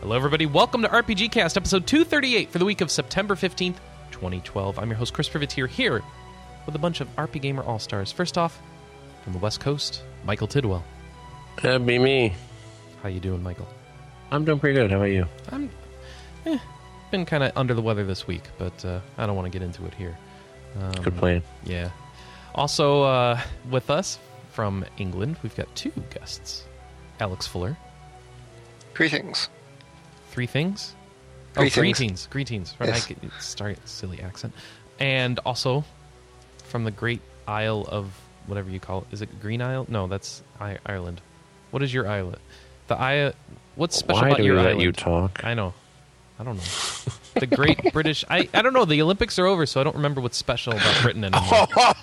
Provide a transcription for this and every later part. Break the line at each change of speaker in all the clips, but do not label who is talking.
Hello, everybody. Welcome to RPG Cast, episode 238 for the week of September 15th, 2012. I'm your host, Chris Privateer, here with a bunch of RP Gamer All Stars. First off, from the West Coast, Michael Tidwell.
That'd be me.
How you doing, Michael?
I'm doing pretty good. How about you?
I'm eh, been kind of under the weather this week, but uh, I don't want to get into it here. Um,
Good plan.
Yeah. Also uh, with us from England, we've got two guests: Alex Fuller,
Greetings.
three things. Oh,
Greetings.
greetings, greetings. Right,
Yes.
I could start silly accent, and also from the Great Isle of whatever you call it. Is it Green Isle? No, that's I- Ireland. What is your island? The I. What's special
Why
about
do we
your
let
island?
you talk?
I know. I don't know. The Great British. I, I don't know. The Olympics are over, so I don't remember what's special about Britain anymore.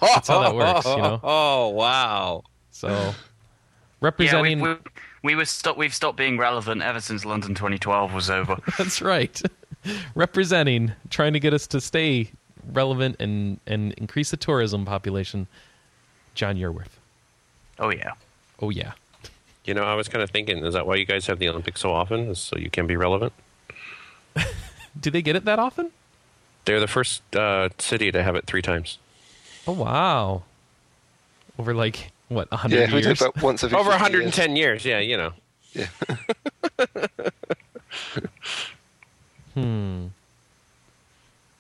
That's how that works, you know?
Oh wow!
So,
Yeah,
representing.
we, we, we were stop, we've stopped being relevant ever since London 2012 was over.
That's right. representing, trying to get us to stay relevant and, and increase the tourism population. John Yerworth.
oh yeah,
Oh, yeah.
You know, I was kind of thinking, is that why you guys have the Olympics so often? Is so you can be relevant?
Do they get it that often?
They're the first uh, city to have it three times.
Oh, wow. Over like, what, 100
Yeah, we
years?
did that once every
Over
50
110 years. Yeah, you know.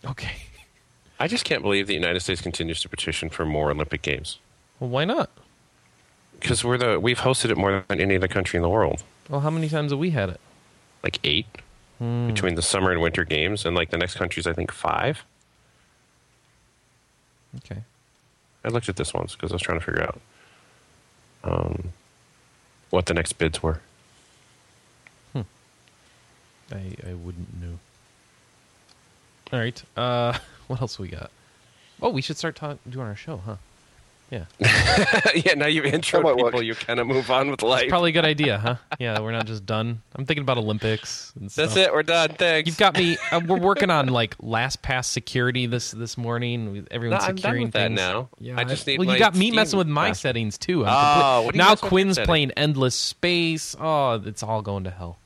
Okay.
I just can't believe the United States continues to petition for more Olympic Games
Well, why not?
because we're the we've hosted it more than any other country in the world.
Well, how many times have we had it?
Like eight between the summer and winter games, and like the next country's I think five.
Okay.
I looked at this once because I was trying to figure out um, what the next bids were.
I, I wouldn't know. All right. Uh, what else we got? Oh, we should start ta- doing our show, huh? Yeah, it's
yeah, now you've intro
That might
people,
work.
you kind of move on with life.
probably a good idea, huh? Yeah, we're not just done. I'm thinking about Olympics. And
That's
stuff.
it. We're done. Thanks.
Oh. You've got me. Uh, we're working on like last pass security this this morning. We- Everyone's
No, I'm done
securing
with that
things.
now. I just need
Well, you
my
got me
Steam
messing with my
password.
settings too. I'm
Oh,
complete-
what do you
now
mess with your
Quinn's
settings?
playing endless space. Oh, it's all going to hell.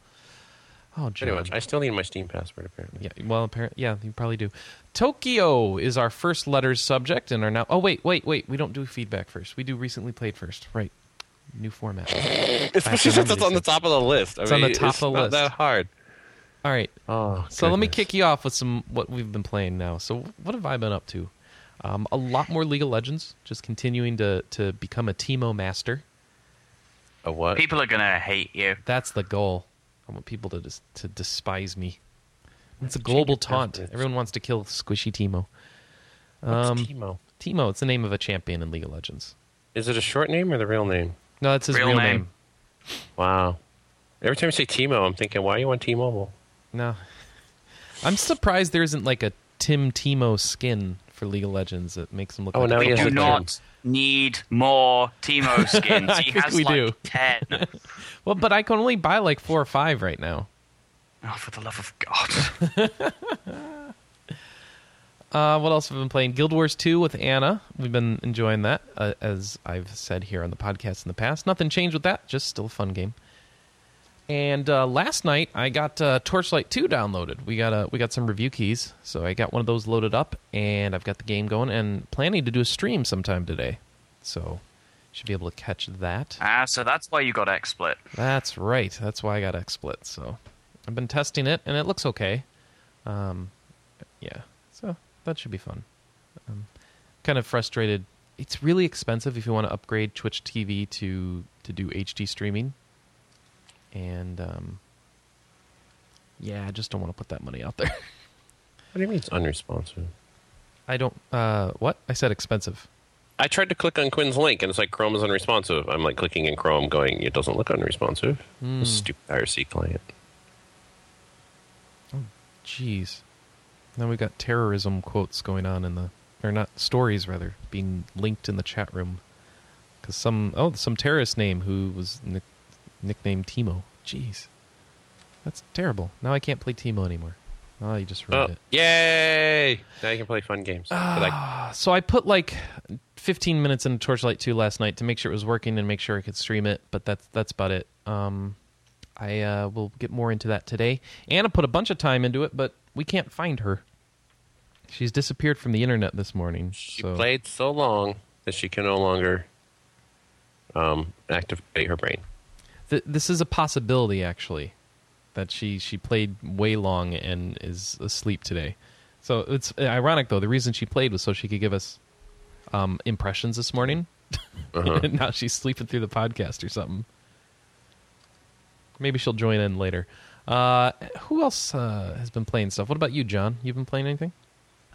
Oh, John.
Pretty much. I still need my Steam password, apparently.
Yeah, well, apparently, yeah, you probably do. Tokyo is our first letters subject, and are now. Oh wait, wait, wait. We don't do feedback first. We do recently played first. Right. New format.
Especially since it's on the top of the list. I
It's on
mean,
the top
it's
of the
not
list.
that hard.
All right.
Oh,
So let me kick you off with some what we've been playing now. So what have I been up to? Um, a lot more League of Legends. Just continuing to to become a Teemo master.
A what?
people are gonna hate you.
That's the goal. I want people to dis- to despise me. It's a global taunt.
passwords.
Everyone wants to kill Squishy Teemo.
What's
um,
Teemo?
Teemo. It's the name of a champion in League of Legends.
Is it a short name or the real name?
No, that's his real,
Real
name.
name.
Wow. Every time you say Teemo, I'm thinking, why are you on T-Mobile?
No. I'm surprised there isn't like a Tim Timo skin for League of Legends that makes him look
Oh,
like
now
a
he has
Do
a
football player.
not need more Timo skins.
I
He
think
has
we
like
do.
ten.
Well, but I can only buy like four or five right now.
Oh, for the love of God!
Uh, what else have I been playing? Guild Wars 2 with Anna. We've been enjoying that, uh, as I've said here on the podcast in the past. Nothing changed with that, just still a fun game. And uh, last night I got uh, Torchlight 2 downloaded. We got uh, we got some review keys, so I got one of those loaded up, and I've got the game going, and planning to do a stream sometime today. So should be able to catch that.
Ah, so that's why you got XSplit.
That's right. That's why I got XSplit. So I've been testing it, and it looks okay. Um, yeah, so that should be fun. Um, kind of frustrated. It's really expensive if you want to upgrade Twitch TV to to do HD streaming, and um, yeah, I just don't want to put that money out there.
What do you mean it's unresponsive?
I don't. Uh, what I said expensive.
I tried to click on Quinn's link, and it's like Chrome is unresponsive. I'm like clicking in Chrome, going, it doesn't look unresponsive.
Hmm.
Stupid IRC client.
Jeez. Now we've got terrorism quotes going on in the, or not stories rather, being linked in the chat room, because some oh some terrorist name who was nick, nicknamed Timo. Jeez, that's terrible. Now I can't play Timo anymore. Oh, you just ruined
Oh,
it.
yay! Now you can play fun games. But I-
Uh, So I put like 15 minutes into Torchlight 2 last night to make sure it was working and make sure I could stream it, but that's that's about it. Um, I uh, will get more into that today. Anna put a bunch of time into it, but we can't find her. She's disappeared from the internet this morning.
She
so.
played so long that she can no longer um, activate her brain.
Th- this is a possibility, actually, that she she played way long and is asleep today. So it's uh, ironic, though. The reason she played was so she could give us um, impressions this morning.
Uh-huh.
and now she's sleeping through the podcast or something. Maybe she'll join in later. Uh, who else uh, has been playing stuff? What about you, John? You've been playing anything?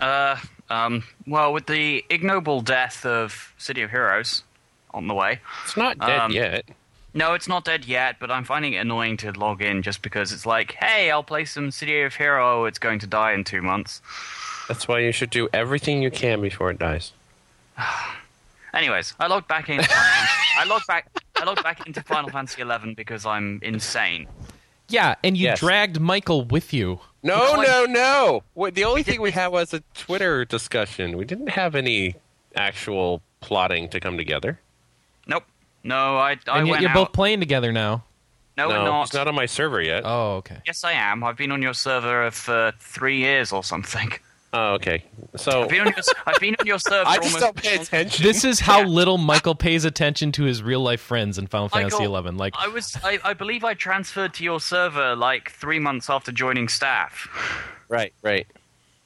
Uh, um, well, with the ignoble death of City of Heroes on the way.
It's not dead
Um,
yet.
No, it's not dead yet, but I'm finding it annoying to log in just because it's like, hey, I'll play some City of Hero. It's going to die in two months.
That's why you should do everything you can before it dies.
Anyways, I logged back in. I logged back. I logged back into Final Fantasy XI because I'm insane.
Yeah, and you
Yes.
dragged Michael with you.
No,
No, I-
no, no. What, the only thing we had was a Twitter discussion. We didn't have any actual plotting to come together.
Nope. No, I. I
and yet
went
you're
out.
both playing together now.
no, we're
no,
not.
it's not on my server yet. Oh,
Oh, okay.
Yes, I am. I've been on your server for three years or something.
Oh, okay. So
I've been on your, I've been on your server.
I just don't
almost-
pay attention.
This is how
Yeah.
little Michael pays attention to his real life friends in Final
Michael,
Fantasy Eleven. Like,
I was, I, I believe I transferred to your server like three months after joining staff.
right, right.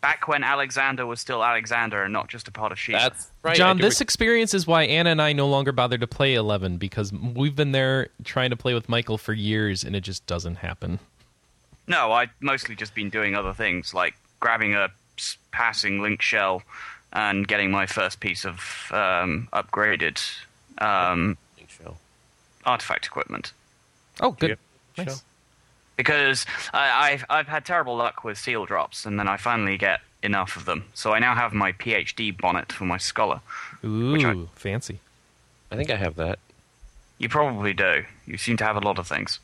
Back when Alexander was still Alexander and not just a part of Sheba.
That's right.
John,
I do
this experience is why Anna and I no longer bother to play Eleven because we've been there trying to play with Michael for years and it just doesn't happen.
No, I've mostly just been doing other things like grabbing a s- passing link shell and getting my first piece of um, upgraded um,
agree. Show.
artifact equipment.
Oh, good.
Yep.
Nice.
Show.
because I, I've I've had terrible luck with seal drops, and then I finally get enough of them. So I now have my PhD bonnet for my scholar.
Ooh, fancy.
I think I have that.
You probably do. You seem to have a lot of things.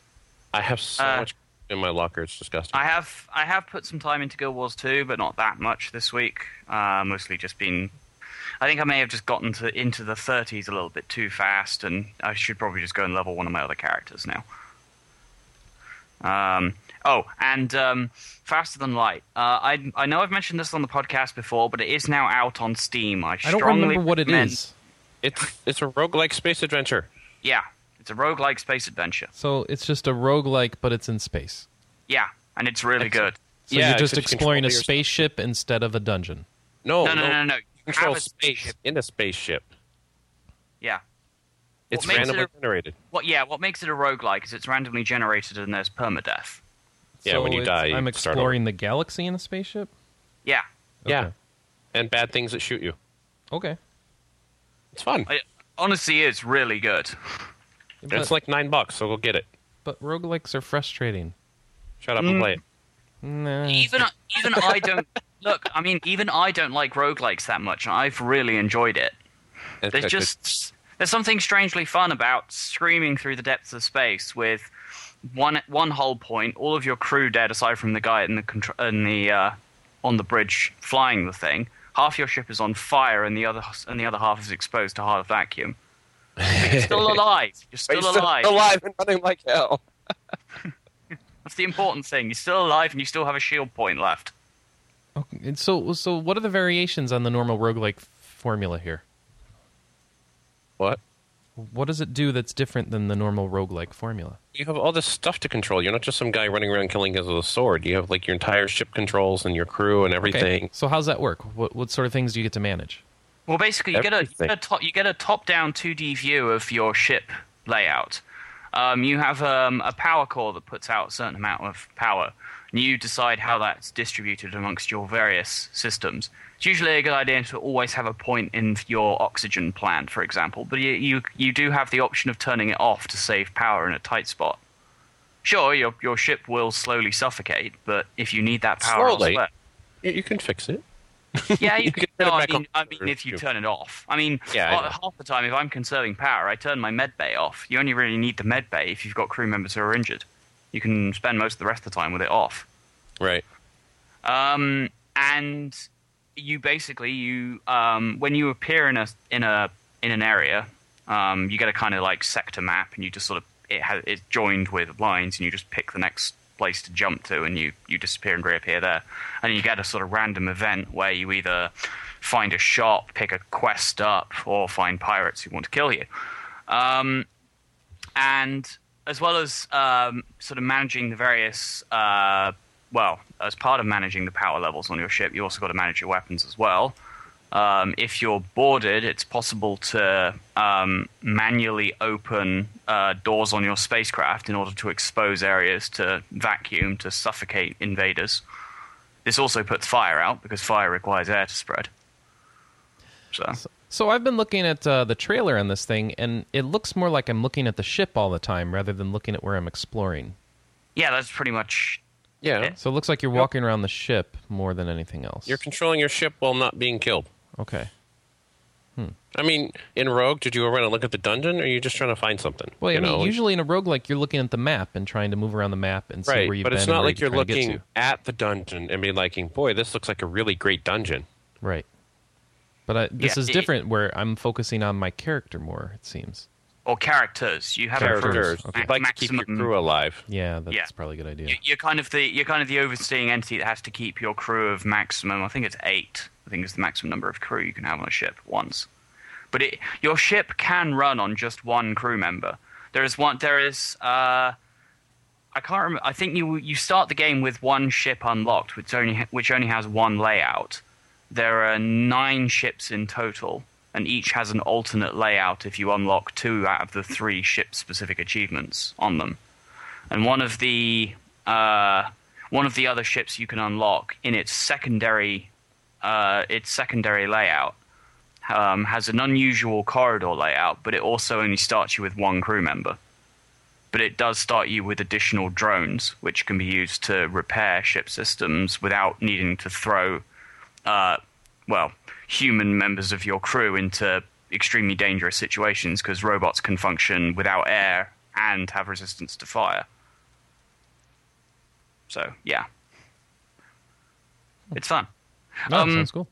I have so
Uh,
much in my locker. It's disgusting.
I have I have put some time into Guild Wars 2, but not that much this week. Uh, mostly just been. I think I may have just gotten to into the 30s a little bit too fast, and I should probably just go and level one of my other characters now. Um, oh, and um, Faster Than Light. Uh, I I know I've mentioned this on the podcast before, but it is now out on Steam. I,
I don't
strongly
remember what it
recommend-
is.
it's it's a roguelike space adventure.
Yeah, it's a roguelike space adventure.
So it's just a roguelike, but it's in space.
Yeah, and it's really
Excellent.
good.
So
Yeah,
you're just
except you
exploring a
control yourself.
spaceship instead of a dungeon.
Oh, No,
no, no, no, no. no.
You
You
Control
have a
space
spaceship.
in a spaceship.
Yeah.
It's
makes it
randomly
a-
generated.
What? Yeah. What makes it a roguelike is it's randomly generated and there's permadeath.
Yeah,
So
when you
it's-
die, you
I'm
start
exploring the galaxy in a spaceship.
Yeah.
Yeah,
Okay.
and bad things that shoot you.
Okay.
It's fun.
I, honestly, it's really good.
it's
But,
like nine bucks, so go get it.
but roguelikes are frustrating.
Shut up
Mm.
and play it.
Nah.
Even even I don't look. I mean, even I don't like roguelikes that much. and I've really enjoyed it.
It's
There's
good.
just there's something strangely fun about screaming through the depths of space with one one hull point, all of your crew dead aside from the guy in the contr- in the uh, on the bridge flying the thing. Half your ship is on fire, and the other and the other half is exposed to hard vacuum. But you're still alive. You're
But
still
you're
alive.
alive and running like hell.
That's the important thing. You're still alive, and you still have a shield point left.
Okay, and so, so what are the variations on the normal roguelike f- formula here?
What?
What does it do that's different than the normal roguelike formula?
You have all this stuff to control. You're not just some guy running around killing guys with a sword. You have like your entire ship controls and your crew and everything.
So how's that work? What what sort of things do you get to manage?
Well, basically, you get a you
Everything.
get a, top, you get a top-down 2D view of your ship layout. Um, you have um, a power core that puts out a certain amount of power, and you decide how that's distributed amongst your various systems. It's usually a good idea to always have a point in your oxygen plan, for example, but you, you, you do have the option of turning it off to save power in a tight spot. Sure, your, your ship will slowly suffocate, but if you need that power
Slowly?
elsewhere,
You, you can fix it.
yeah, you,
You
can.
can turn
no,
it
I
back
mean, I
on.
mean, if you turn it off. I mean,
Yeah, I
uh,
know.
half the time, if I'm conserving power, I turn my med bay off. You only really need the med bay if you've got crew members who are injured. You can spend most of the rest of the time with it off.
Right.
Um, and you basically you um, when you appear in a in a in an area, um, you get a kind of like sector map, and you just sort of it has it's joined with lines, and you just pick the next place to jump to, and you you disappear and reappear there, and you get a sort of random event where you either find a shop, pick a quest up, or find pirates who want to kill you. Um, and as well as um, sort of managing the various, uh, well, as part of managing the power levels on your ship, you also got to manage your weapons as well. Um, if you're boarded, it's possible to um, manually open uh, doors on your spacecraft in order to expose areas to vacuum to suffocate invaders. This also puts fire out because fire requires air to spread. So.
So I've been looking at uh, the trailer on this thing, and it looks more like I'm looking at the ship all the time rather than looking at where I'm exploring.
Yeah, that's pretty much.
Yeah.
Yeah.
So it looks like you're walking around the ship more than anything else.
You're controlling your ship while not being killed.
okay.
I mean, in Rogue, did you go around and look at the dungeon, or are you just trying to find something?
Well,
you
I mean,
know?
usually in a roguelike, you're looking at the map and trying to move around the map and see
right,
where you've
but
been.
it's
and
not
where
like
you're
you're
trying to get
looking
to.
at the dungeon and being like, "Boy, this looks like a really great dungeon."
Right. But I, this
Yeah,
is
it-
different where I'm focusing on my character more, it seems.
Or characters. You have
Characters.
a
Characters,
Okay.
you'd like to keep your
maximum
crew alive.
Yeah, that's
Yeah.
probably a good idea.
you- you're kind of the you're kind of the overseeing entity that has to keep your crew of maximum. I think it's eight. I think is the maximum number of crew you can have on a ship at once. But it, your ship can run on just one crew member. There is one. There is. Uh, I can't remember. I think you you start the game with one ship unlocked, which only ha- which only has one layout. There are nine ships in total, and each has an alternate layout if you unlock two out of the three ship-specific achievements on them and one of the uh, one of the other ships you can unlock in its secondary uh, its secondary layout um, has an unusual corridor layout, but it also only starts you with one crew member. But it does start you with additional drones, which can be used to repair ship systems without needing to throw, uh, well, human members of your crew into extremely dangerous situations because robots can function without air and have resistance to fire. So, yeah. It's fun.
No,
Um,
sounds cool.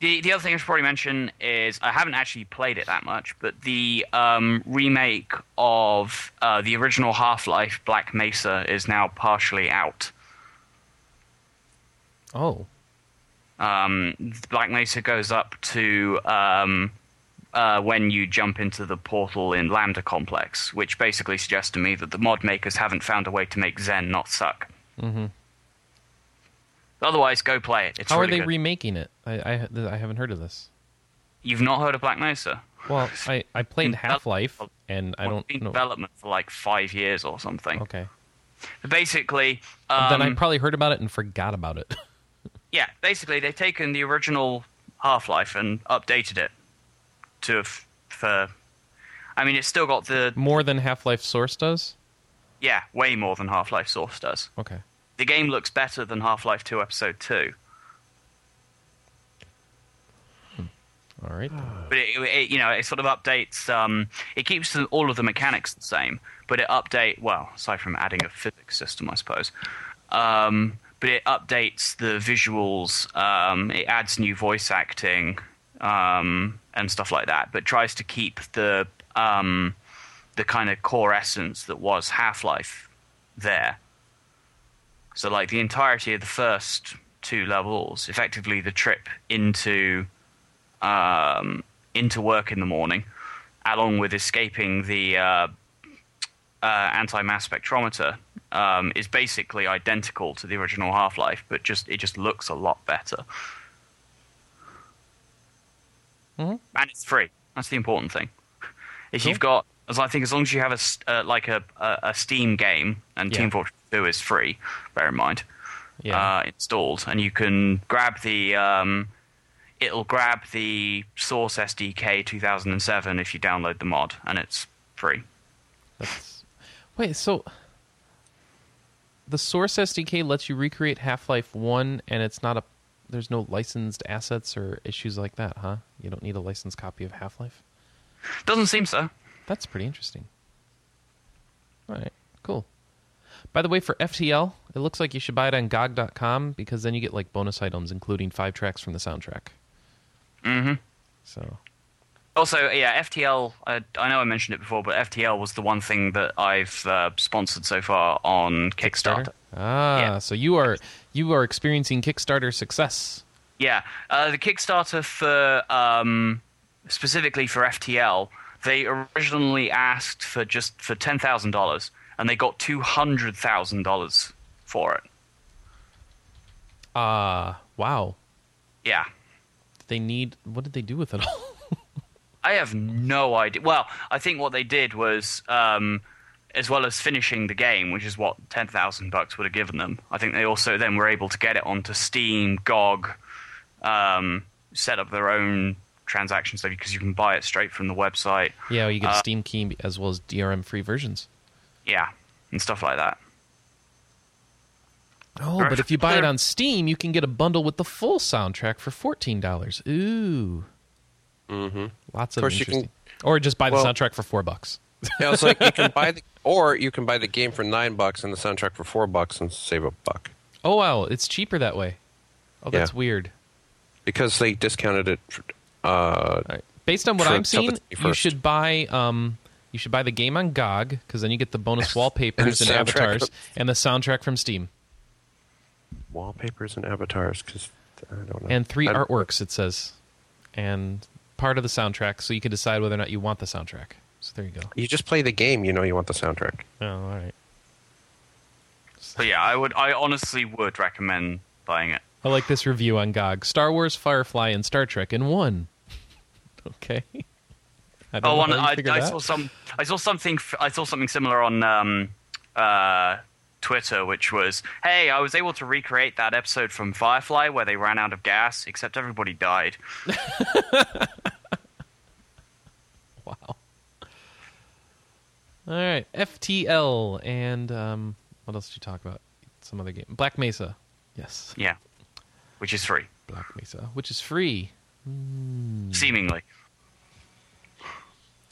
The the other thing I should probably mention is I haven't actually played it that much, but the um, remake of uh, the original Half Life Black Mesa is now partially out.
Oh,
Um, Black Mesa goes up to um, uh, when you jump into the portal in Lambda Complex, which basically suggests to me that the mod makers haven't found a way to make Zen not suck. Mm-hmm. Otherwise, go play it. It's
how are
really
they
good.
remaking it? I, I I haven't heard of this.
You've not heard of Black Mesa?
Well, I, I played
Develop-
Half Life, and I
Well,
don't
it's been in
know.
development for like five years or something.
Okay.
But basically, um,
then I probably heard about it and forgot about it.
yeah, basically they've taken the original Half Life and updated it to f- for. I mean, it's still got the
More than Half Life Source does?
yeah way more than Half Life Source does.
Okay.
The game looks better than Half Life Two Episode Two,
All right. then.
but it, it you know it sort of updates. Um, it keeps the, all of the mechanics the same, but it update well aside from adding a physics system, I suppose. um, but it updates the visuals. Um, it adds new voice acting um, and stuff like that, but tries to keep the um, the kind of core essence that was Half Life there. So, like the entirety of the first two levels, effectively the trip into um, into work in the morning, along with escaping the uh, uh, anti-mass spectrometer um, is basically identical to the original Half-Life, but just it just looks a lot better.
Mhm.
And it's free. That's the important thing. If you've got, as I think, as long as you have a s- uh, like a, a a Steam game, and
Yeah.
Team Fortress Two is free. Bear in mind
Yeah.
uh, installed, and you can grab the um, it'll grab the Source SDK 2007 if you download the mod, and it's free.
That's... Wait, so the Source SDK lets you recreate Half Life 1, and it's not a. There's no licensed assets or issues like that, huh? You don't need a licensed copy of Half Life?
Doesn't seem so.
That's pretty interesting. All right, cool. By the way, for FTL, it looks like you should buy it on GOG.com because then you get like bonus items, including five tracks from the soundtrack. Mm-hmm. So
also, yeah, FTL. Uh, I know I mentioned it before, but FTL was the one thing that I've uh, sponsored so far on Kickstarter.
Ah,
Yeah.
so you are you are experiencing Kickstarter success.
Yeah, uh, the Kickstarter for um, specifically for FTL, they originally asked for just for ten thousand dollars, and they got two hundred thousand dollars for it.
Ah, wow.
Yeah,
They need. What did they do with it all?
I have no idea. Well, I think what they did was, um, as well as finishing the game, which is what ten thousand bucks would have given them. I think they also then were able to get it onto Steam, GOG, um, set up their own transactions because you can buy it straight from the website.
yeah, you get
Uh,
Steam Key as well as DRM free versions.
Yeah, and stuff like that.
Oh,
Right.
but if you buy it on Steam, you can get a bundle with the full soundtrack for fourteen dollars. Ooh. Mm-hmm. Lots of,
course you
interesting.
can-
or just buy the
well-
soundtrack for four bucks.
Yeah, it's like you can buy the or you can buy the game for nine bucks and the soundtrack for four bucks and save a buck
Oh wow, it's cheaper that way. Oh, that's
Yeah.
weird.
because they discounted it. For, uh,
All right. Based on what
For
I'm seeing,
Telepathy
you
first.
should buy um, you should buy the game on GOG because then you get the bonus wallpapers and,
And the soundtrack.
avatars and the soundtrack from Steam
wallpapers and avatars because I don't know.
and three
I-
artworks. It says and part of the soundtrack, so you can decide whether or not you want the soundtrack. So there you go.
You just play the game. You know you want the soundtrack.
Oh, all right.
But yeah, I would. I honestly would recommend buying it.
I like this review on GOG: Star Wars, Firefly, and Star Trek in one. okay. I don't
Oh,
know
one,
how you
I,
figure
I
that.
saw some. I saw something. f- I saw something similar on um, uh, Twitter, which was, "Hey, I was able to recreate that episode from Firefly where they ran out of gas, except everybody died."
Wow. All right, FTL and um, what else did you talk about? Some other game, Black Mesa. Yes,
Yeah, which is free,
Black Mesa, which is free. Hmm.
seemingly.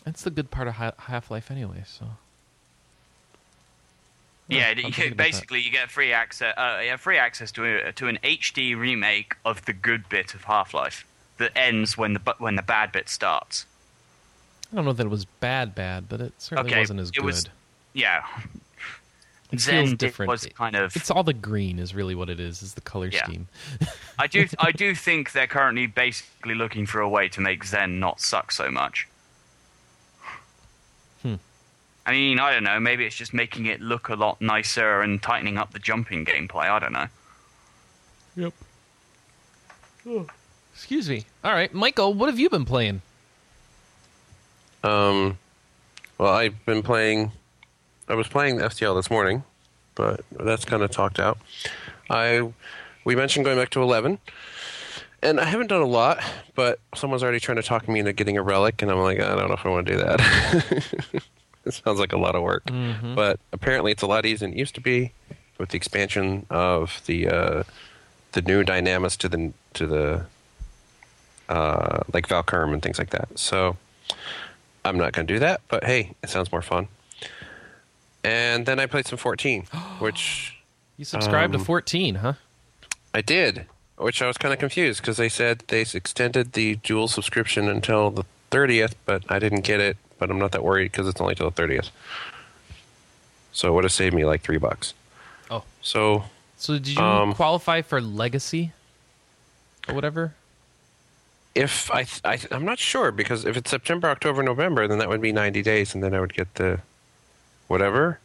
That's the good part of ha- Half Life, anyway. So
Yeah,
I'm
you
thinking
get,
about that.
basically you get free access. Uh, yeah, free access to a, to an HD remake of the good bit of Half Life that ends when the bu- when the bad bit starts.
I don't know that it was bad, bad, but it certainly
Okay,
wasn't as
it
good.
was- Yeah,
it
Zen
feels
did-
different.
was kind of-
It's all the green is really what it is. Is the color
Yeah.
scheme.
I do I do think they're currently basically looking for a way to make Zen not suck so much.
Hmm.
I mean, I don't know. Maybe it's just making it look a lot nicer and tightening up the jumping gameplay. I don't know.
Yep. Excuse me. All right, Michael, what have you been playing?
Um, well, I've been playing. I was playing FTL this morning, but that's kind of talked out. I we mentioned going back to eleven, and I haven't done a lot. But someone's already trying to talk me into getting a relic, and I'm like, I don't know if I want to do that. it sounds like a lot of work, but apparently it's a lot easier than it used to be with the expansion of the uh, the new dynamics to the to the uh, like Valkyrie and things like that. So. I'm not going to do that, but hey, it sounds more fun. And then I played some 14, which
You subscribed to
Um,
14, huh?
I did, which I was kind of confused because they said they s- extended the dual subscription until the 30th, but I didn't get it, but I'm not that worried because it's only till the 30th. So it would have saved me like three bucks.
Oh.
So
So did you
Um,
qualify for Legacy or whatever?
if I, th- I th- I'm not sure because if it's September, October, November, then that would be 90 days, and then I would get the whatever.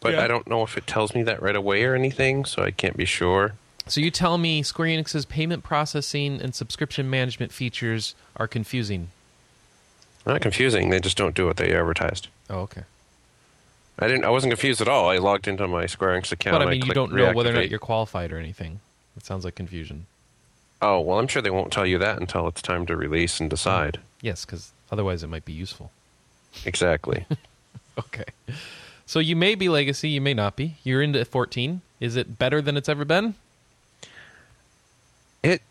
But
Yeah.
I don't know if it tells me that right away or anything, so I can't be sure.
So you tell me Square Enix's payment processing and subscription management features are confusing.
Not confusing. They just don't do what they advertised.
Oh, okay.
I didn't. I wasn't confused at all. I logged into my Square Enix account.
but I
and
mean, you
clicked
don't know whether or
reactivate.
not you're qualified or anything. It sounds like confusion.
Oh well, I'm sure they won't tell you that until it's time to release and decide.
Yes, because otherwise it might be useful.
Exactly.
Okay. So you may be Legacy, you may not be. You're into 14. Is it better than it's ever been?
it.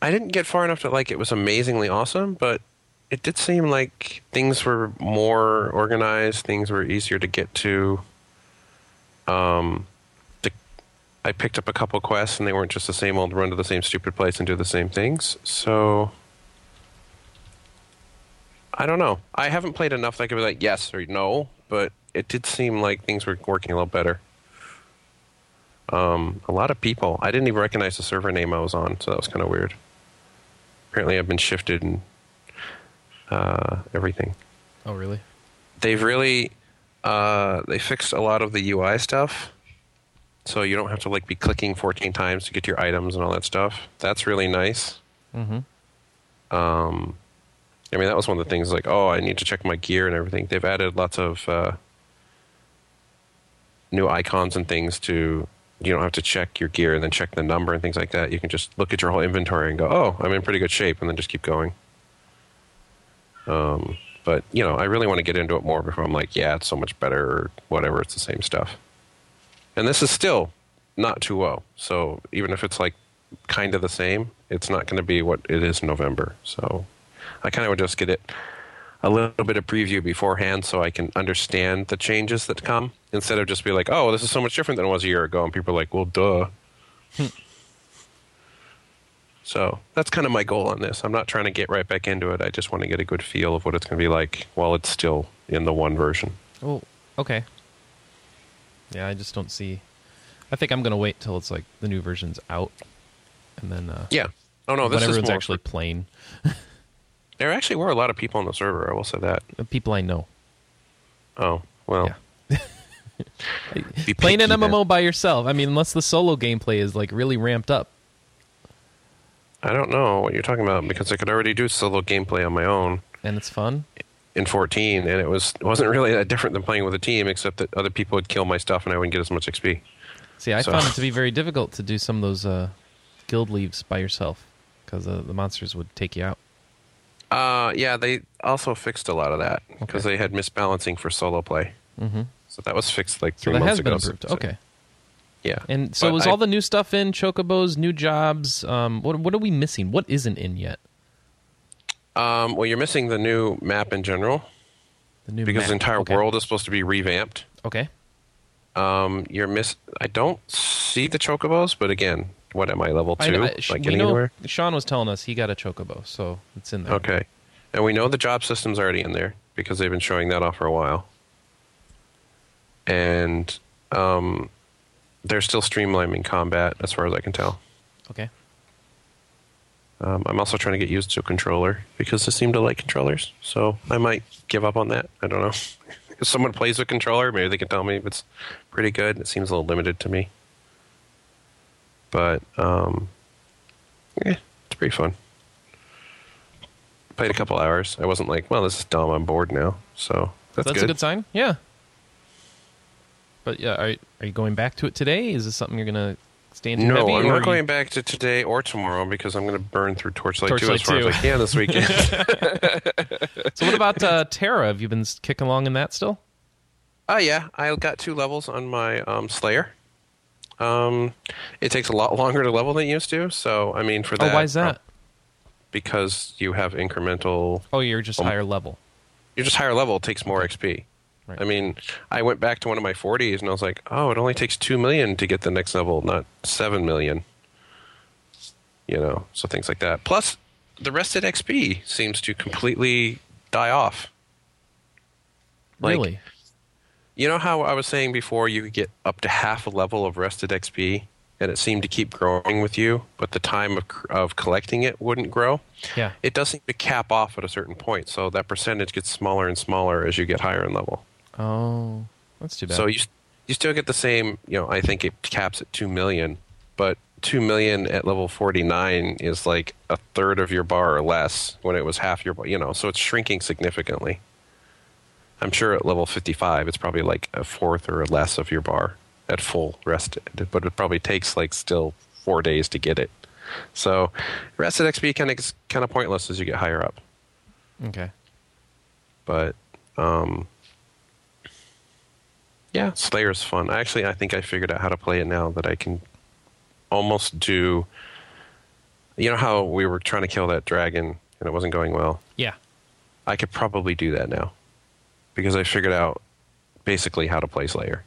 I didn't get far enough to like it was amazingly awesome, but it did seem like things were more organized. Things were easier to get to. Um, the, I picked up a couple quests, and they weren't just the same old run to the same stupid place and do the same things. So I don't know. I haven't played enough that I could be like yes or no, but it did seem like things were working a little better. Um, a lot of people. I didn't even recognize the server name I was on, so that was kind of weird. Apparently, I've been shifted and uh, everything.
Oh, really?
They've really uh, they fixed a lot of the UI stuff, so you don't have to like be clicking 14 times to get your items and all that stuff. That's really nice.
Mm-hmm.
Um, I mean, that was one of the things like, oh, I need to check my gear and everything. They've added lots of uh, new icons and things to. You don't have to check your gear and then check the number and things like that. You can just look at your whole inventory and go, oh, I'm in pretty good shape, and then just keep going. Um, but, you know, I really want to get into it more before I'm like, yeah, it's so much better or whatever. It's the same stuff. And this is still not 2.0. So even if it's like kind of the same, it's not going to be what it is in November. So I kind of would just get it a little bit of preview beforehand so I can understand the changes that come instead of just be like, oh, this is so much different than it was a year ago. And people are like, well, duh.
Hmm.
so that's kind of my goal on this. I'm not trying to get right back into it. I just want to get a good feel of what it's going to be like while it's still in the one version.
Well, Oh, okay. Yeah, I just don't see. I think I'm gonna wait till it's like the new version's out, and then uh,
Yeah. Oh, no,
when
this is
everyone's
more,
actually playing.
There actually were a lot of people on the server. I will say that.
The people I know
Oh, well.
Yeah.
Be
playing an
picky then.
MMO by yourself. I mean, unless the solo gameplay is like really ramped up.
I don't know what you're talking about because I could already do solo gameplay on my own
and it's fun.
in 14, and it was it wasn't really that different than playing with a team, except that other people would kill my stuff and I wouldn't get as much XP.
See, I
So-
found it to be very difficult to do some of those uh, guild leaves by yourself because uh, the monsters would take you out.
Uh, yeah, they also fixed a lot of that because
Okay.
they had misbalancing for solo play,
Mm-hmm.
so that was fixed like
So
three
that
months
has been
ago.
improved.
So-
Okay.
yeah,
And so
But
was
I-
all the new stuff in Chocobos, new jobs. Um, what what are we missing? What isn't in yet?
um, well, you're missing the new map in general
The new
because
map.
the entire
Okay.
world is supposed to be revamped.
Okay.
Um, you're miss. I don't see the chocobos, but again, what am I level
I-
two?
I- sh-
like
we
getting
know
anywhere?
Sean was telling us he got a Chocobo, so it's in there.
Okay. And we know the job system's already in there because they've been showing that off for a while. And um, they're still streamlining combat, as far as I can tell.
Okay.
Um, I'm also trying to get used to a controller because I seem to like controllers. So I might give up on that. I don't know. if someone plays with controller, maybe they can tell me if it's pretty good. It seems a little limited to me. But um, yeah, it's pretty fun. Played a couple hours. I wasn't like, well, this is dumb. I'm bored now. So that's,
That's a good sign. Yeah. But yeah, are are you going back to it today? Is this something you're gonna stand to
No,
heavy?
I'm
or are
not
you-
going back to today or tomorrow because I'm going to burn through Torchlight, 2
Torchlight
as far
2.
as I can this weekend.
So what about uh, Terra? Have you been s- kicking along in that still?
Oh yeah, I got two levels on my um, Slayer. Um, it takes a lot longer to level than it used to. So I mean, for that,
oh, why is that?
Because you have incremental.
Oh, you're just
Um,
higher level.
You're just higher level. It takes more XP.
Right.
I mean, I went back to one of my 40s and I was like, oh, it only takes two million to get the next level, not seven million. You know, so things like that. Plus, the rested XP seems to completely die off. like-
really?
You know how I was saying before you could get up to half a level of rested XP and it seemed to keep growing with you, but the time of, of collecting it wouldn't grow?
Yeah.
It does seem to cap off at a certain point, so that percentage gets smaller and smaller as you get higher in level.
Oh, that's too bad.
So you, you still get the same, you know, I think it caps at 2 million, but 2 million at level 49 is like a third of your bar or less when it was half your bar, you know, so it's shrinking significantly. I'm sure at level 55, it's probably like a fourth or less of your bar at full rested, but it probably takes like still four days to get it. So rested XP kind of kind of pointless as you get higher up
okay.
but um yeah slayer's fun I actually i think i figured out how to play it now that i can almost do you know how we were trying to kill that dragon and it wasn't going well
Yeah.
i could probably do that now because i figured out basically how to play slayer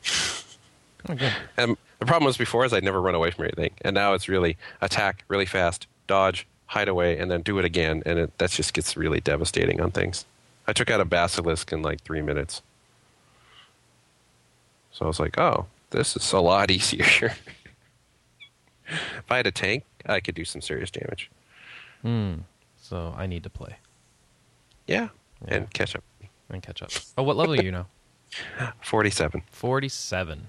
Oh, good.
and the problem was before is i'd never run away from anything and now it's really attack really fast dodge hide away and then do it again and it, that just gets really devastating on things I took out a basilisk in like three minutes. So I was like, oh, this is a lot easier. if I had a tank, I could do some serious damage.
Hmm. So I need to play
Yeah. And catch up.
and catch up. Oh, what level are you now?
47.
47.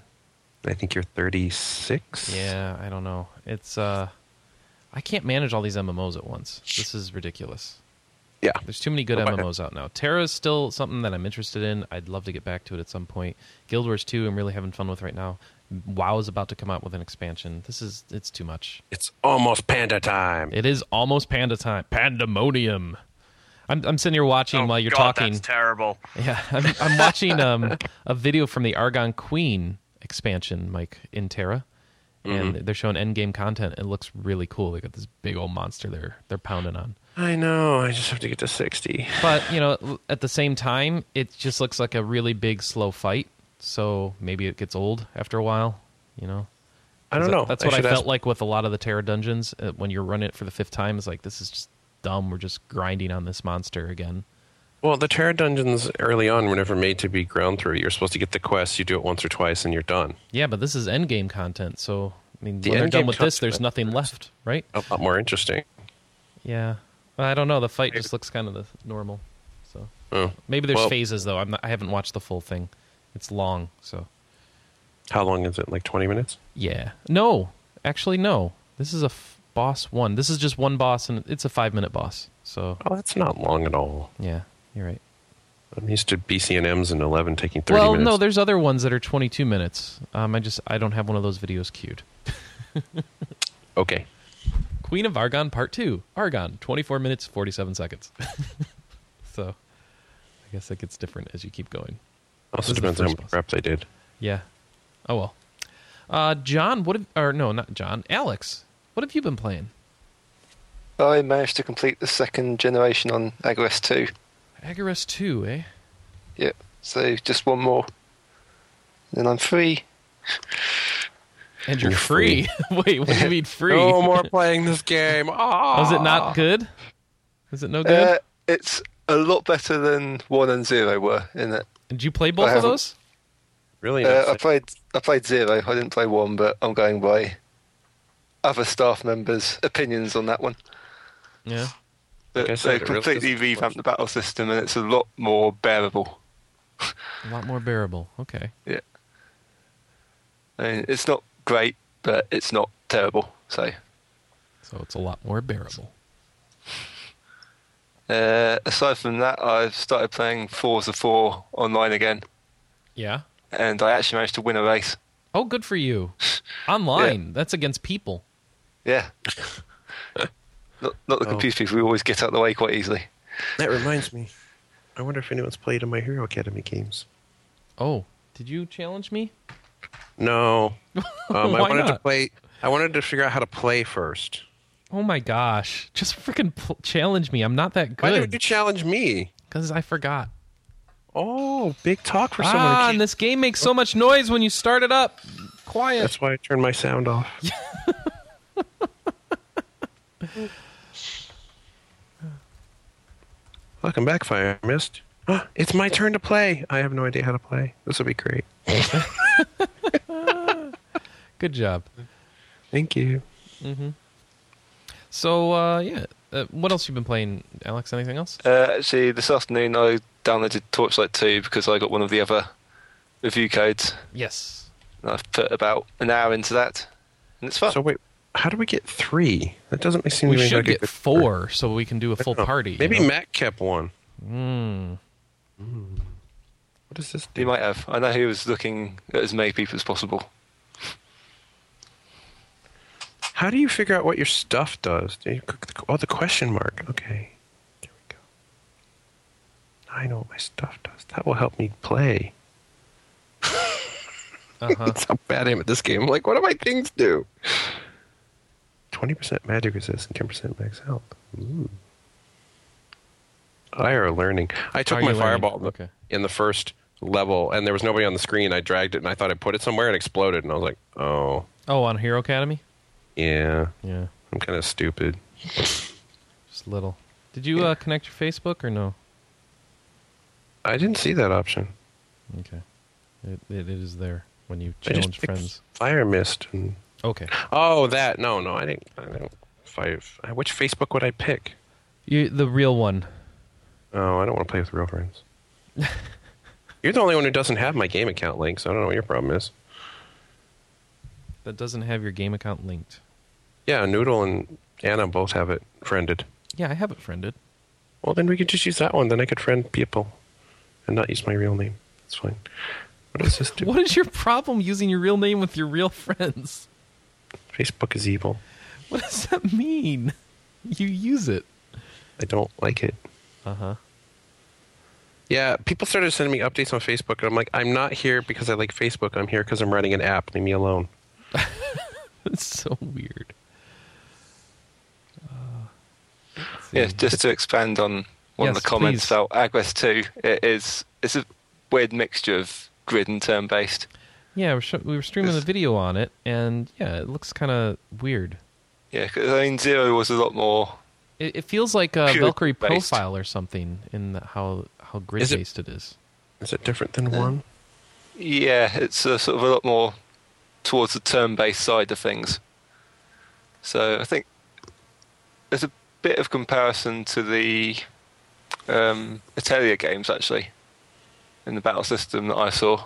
I think you're 36.
Yeah, I don't know. It's uh I can't manage all these MMOs at once. This is ridiculous.
Yeah.
There's too many good
Go back.
MMOs out now. Terra's still something that I'm interested in. I'd love to get back to it at some point. Guild Wars 2 I'm really having fun with right now. WoW is about to come out with an expansion. This is it's too much.
It's almost panda time.
It is almost panda time. Pandemonium. I'm I'm sitting here watching
Oh,
while you're
God,
talking.
That's terrible.
Yeah, I'm, I'm watching um, a video from the Argon Queen expansion, Mike, in Terra, and
Mm-hmm.
they're showing endgame content. It looks really cool. They got this big old monster they're they're pounding on.
I know. I just have to get to 60.
But you know, l- at the same time, it just looks like a really big slow fight. So maybe it gets old after a while. You know,
I don't
That's-
know.
That's what I,
should
felt
ask-
like with a lot of the Terra dungeons uh, when you're running it for the fifth time. It's like this is just dumb. We're just grinding on this monster again.
Well, the Terra dungeons early on were never made to be ground through. You're supposed to get the quest, you do it once or twice, and you're done.
Yeah, but this is endgame content. So I mean,
The
when they're
endgame
done with this,
content-
there's nothing left, right?
A lot more interesting.
Yeah, Well, I don't know. The fight just looks kind of the normal. So
Oh.
maybe there's
Well-
phases though. I'm not, I haven't watched the full thing. It's long, so
How long is it? Like 20 minutes?
yeah. No, actually, no. This is a f- boss one. This is just one boss, and it's a five minute boss. So
Oh, that's not long at all.
yeah, you're right.
I'm used to BCNMs and 11 taking 30
well,
minutes.
no, there's other ones that are 22 minutes. Um, I just I don't have one of those videos queued.
okay.
Queen of Argon Part Two, Argon, 24 minutes 47 seconds. so I guess it gets different as you keep going. This
Also
is the
depends on how
first
much
boss.
prep they did.
Yeah. Oh well. Uh, John, what? Have, or no, not John. Alex, what have you been playing?
I managed to complete the second generation on Agarest 2.
Agarest two, eh?
Yep. So just one more. Then I'm free.
And you're,
You're
free.
free.
Wait, what do you mean free?
No more playing this game. Ah.
Was it not good? Is it no good?
Uh, it's a lot better than 1 and 0 were in it.
Did you play both of
haven't-
those?
Really?
Uh, I
not.
played I played 0. I didn't play 1, but I'm going by other staff members' opinions on that one.
Yeah.
Like I
But
said,
they
it really
completely
doesn't
revamped the battle system and it's a lot more bearable.
A lot more bearable. Okay.
Yeah. I mean, it's not great, but it's not terrible. So,
So it's a lot more bearable.
uh, aside from that, I've started playing Forza 4 online again,
Yeah.
and I actually managed to win a race.
Oh, good for you. Online. That's against people.
Yeah. not, not the computer people who always get out of the way quite easily.
that reminds me. I wonder if anyone's played in my Hero Academy games.
Oh, did you challenge me?
No. Um,
Why
I wanted to
not?
play. I wanted to figure out how to play first.
Oh my gosh. Just freaking pl- challenge me. I'm not that
Why did you
good.
challenge me?
Because I forgot.
Oh, big talk for someone. who
Ah,
keeps-
and this game makes so much noise when you start it up. Quiet.
That's why I turned my sound off. Welcome back, Fire Mist. Ah, it's my turn to play. I have no idea how to play. This will be great.
Good job.
Thank you.
So, uh, yeah. Uh, what else you been playing, Alex? Anything else?
Uh, actually, this afternoon I downloaded Torchlight 2 because I got one of the other review codes,
Yes.
and I've put about an hour into that, and it's fun.
So wait, how do we get three? That doesn't
Uh.
seem
We
to me
should
like a
get
good-
four so we can do a full
Oh,
party. you
Maybe
know? Hmm.
Matt kept one. Hmm. What does this
He
do?
might have. I know he was looking at as many people as possible.
How do you figure out what your stuff does? Do you click the, oh, the question mark. Okay. There we go. Now I know what my stuff does. That will help me play.
Uh-huh.
That's how bad I am at this game. I'm like, what do my things do? 20% magic resist and 10% max health. Ooh. I are learning. I took
Are you
my
learning?
fireball in the-
Okay.
in the first level, and there was nobody on the screen. I dragged it, and I thought I put it somewhere, and it exploded. And I was like, oh,
Oh, on Hero Academy?
yeah,
Yeah.
I'm kind of stupid.
Just little. Did you uh, connect your Facebook or no?
I didn't see that option.
Okay. It, it, it is there when you
I just
challenge
picked
friends.
Fire mist. And,
Okay.
oh, that. No, no, I didn't. I didn't five. Which Facebook would I pick?
You, the real one.
Oh, I don't want to play with real friends. You're the only one who doesn't have my game account link, so I don't know what your problem is.
That doesn't have your game account linked.
Yeah, Noodle and Anna both have it friended.
Yeah, I have it friended.
Well, then we could just use that one. Then I could friend people and not use my real name. That's fine. What does this do?
What is your problem using your real name with your real friends?
Facebook is evil.
What does that mean? You use it.
I don't like it.
Uh huh.
Yeah, people started sending me updates on Facebook, and I'm like, I'm not here because I like Facebook. I'm here because I'm running an app. Leave me alone.
That's so weird. Uh, let's see.
Yeah, just to expand on one
Yes,
of the comments
please.
about Agres 2, it is it's a weird mixture of grid and turn based.
Yeah, we're sh- we were streaming the video on it, and yeah, it looks kind of weird.
Yeah, 'cause, I mean, Zero was a lot more.
It, it feels like a
Pure
Valkyrie
based.
profile or something in the, how how grid
Is it-
based it is.
Is it different
Uh.
than one?
Yeah, it's a, sort of a lot more towards the turn based side of things. So I think there's a bit of comparison to the um, Italia games, actually, in the battle system that I saw.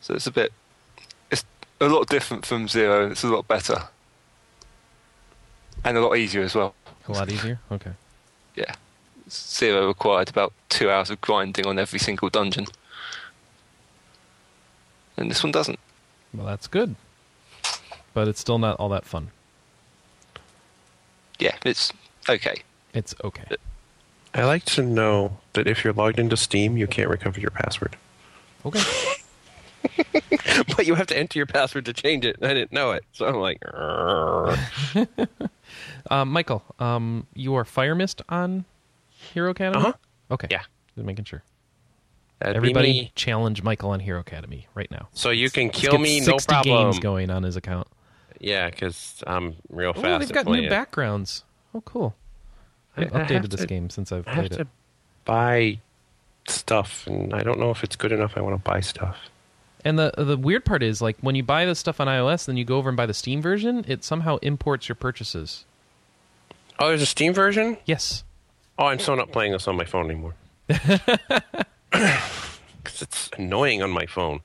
So it's a bit. It's a lot different from Zero, and it's a lot better. And a lot easier as well.
A lot easier. Okay.
Yeah. Zero required about two hours of grinding on every single dungeon. And this one doesn't.
Well, that's good, but it's still not all that fun.
Yeah, it's okay.
It's okay.
Uh, I like to know that if you're logged into Steam, you can't recover your password.
Okay.
but you have to enter your password to change it. And I didn't know it, so I'm like, "Arrgh."
Um, Michael, um, you are Fire Mist on Hero Academy.
Uh-huh.
Okay.
Yeah.
Just making sure.
That'd be
Everybody,
me.
challenge Michael on Hero Academy right now.
So you can
Let's
kill
get
me, no
60
problem.
games going on his account.
Yeah, because I'm real fast.
Oh, they've
at
got new
playing.
backgrounds. Oh, cool. I've
I- I
updated
have
this
to-
game since I've
I have
played it.
to buy stuff, and I don't know if it's good enough. I want to buy stuff.
And the the weird part is, like, when you buy this stuff on iOS, then you go over and buy the Steam version. It somehow imports your purchases.
Oh, there's a Steam version.
Yes.
Oh, I'm so not playing this on my phone anymore. Because it's annoying on my phone.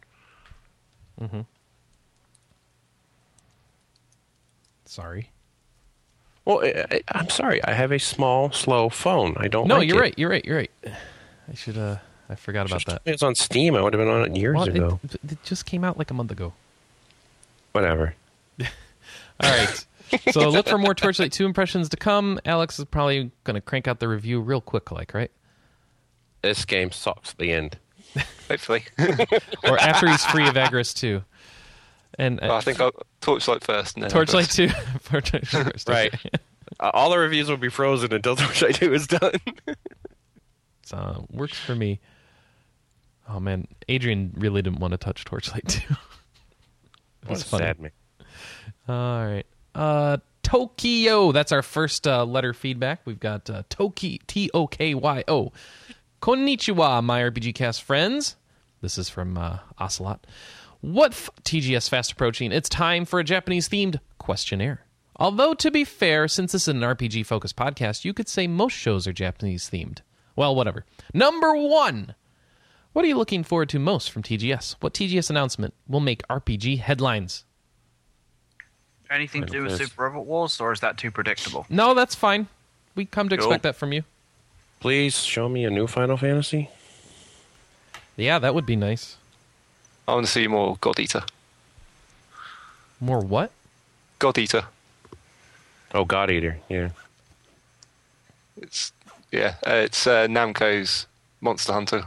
Sorry.
Well, I, I, I'm sorry. I have a small, slow phone. I don't.
No,
like
you're
it.
right. You're right. You're right. I should. uh I forgot about that.
If It was on Steam. I would have been on it years
Well,
ago.
it, it just came out like a month ago.
Whatever.
All right. so look for more Torchlight 2 impressions to come. Alex is probably going to crank out the review real quick, like, right?
This game sucks. The end.
Hopefully.
Or after he's free of Agris 2. And
Well,
uh,
I think I'll Torchlight first. And then
Torchlight
Agres.
2. for Torchlight first,
Right.
okay.
Uh, all the reviews will be frozen until Which I Do is done.
It's, uh, works for me. Oh, man. Adrian really didn't want to touch Torchlight 2. it was funny.
Sad man.
All right. Uh, Tokyo. That's our first uh, letter feedback. We've got uh, Toki T O K Y O. Konnichiwa, my RPG cast friends. This is from uh, Ocelot. What f- TGS fast approaching? It's time for a Japanese themed questionnaire. Although to be fair, since this is an RPG focused podcast, you could say most shows are Japanese themed. Well, whatever. Number one. What are you looking forward to most from TGS? What TGS announcement will make RPG headlines?
Anything to do with
First.
Super Robot Wars, or is that too predictable?
No, that's fine. We come to expect
Cool.
that from you.
Please show me a new Final Fantasy.
Yeah, that would be nice.
I want to see more God Eater.
More what?
God Eater.
Oh, God Eater. Yeah.
It's yeah, uh, it's uh, Namco's Monster Hunter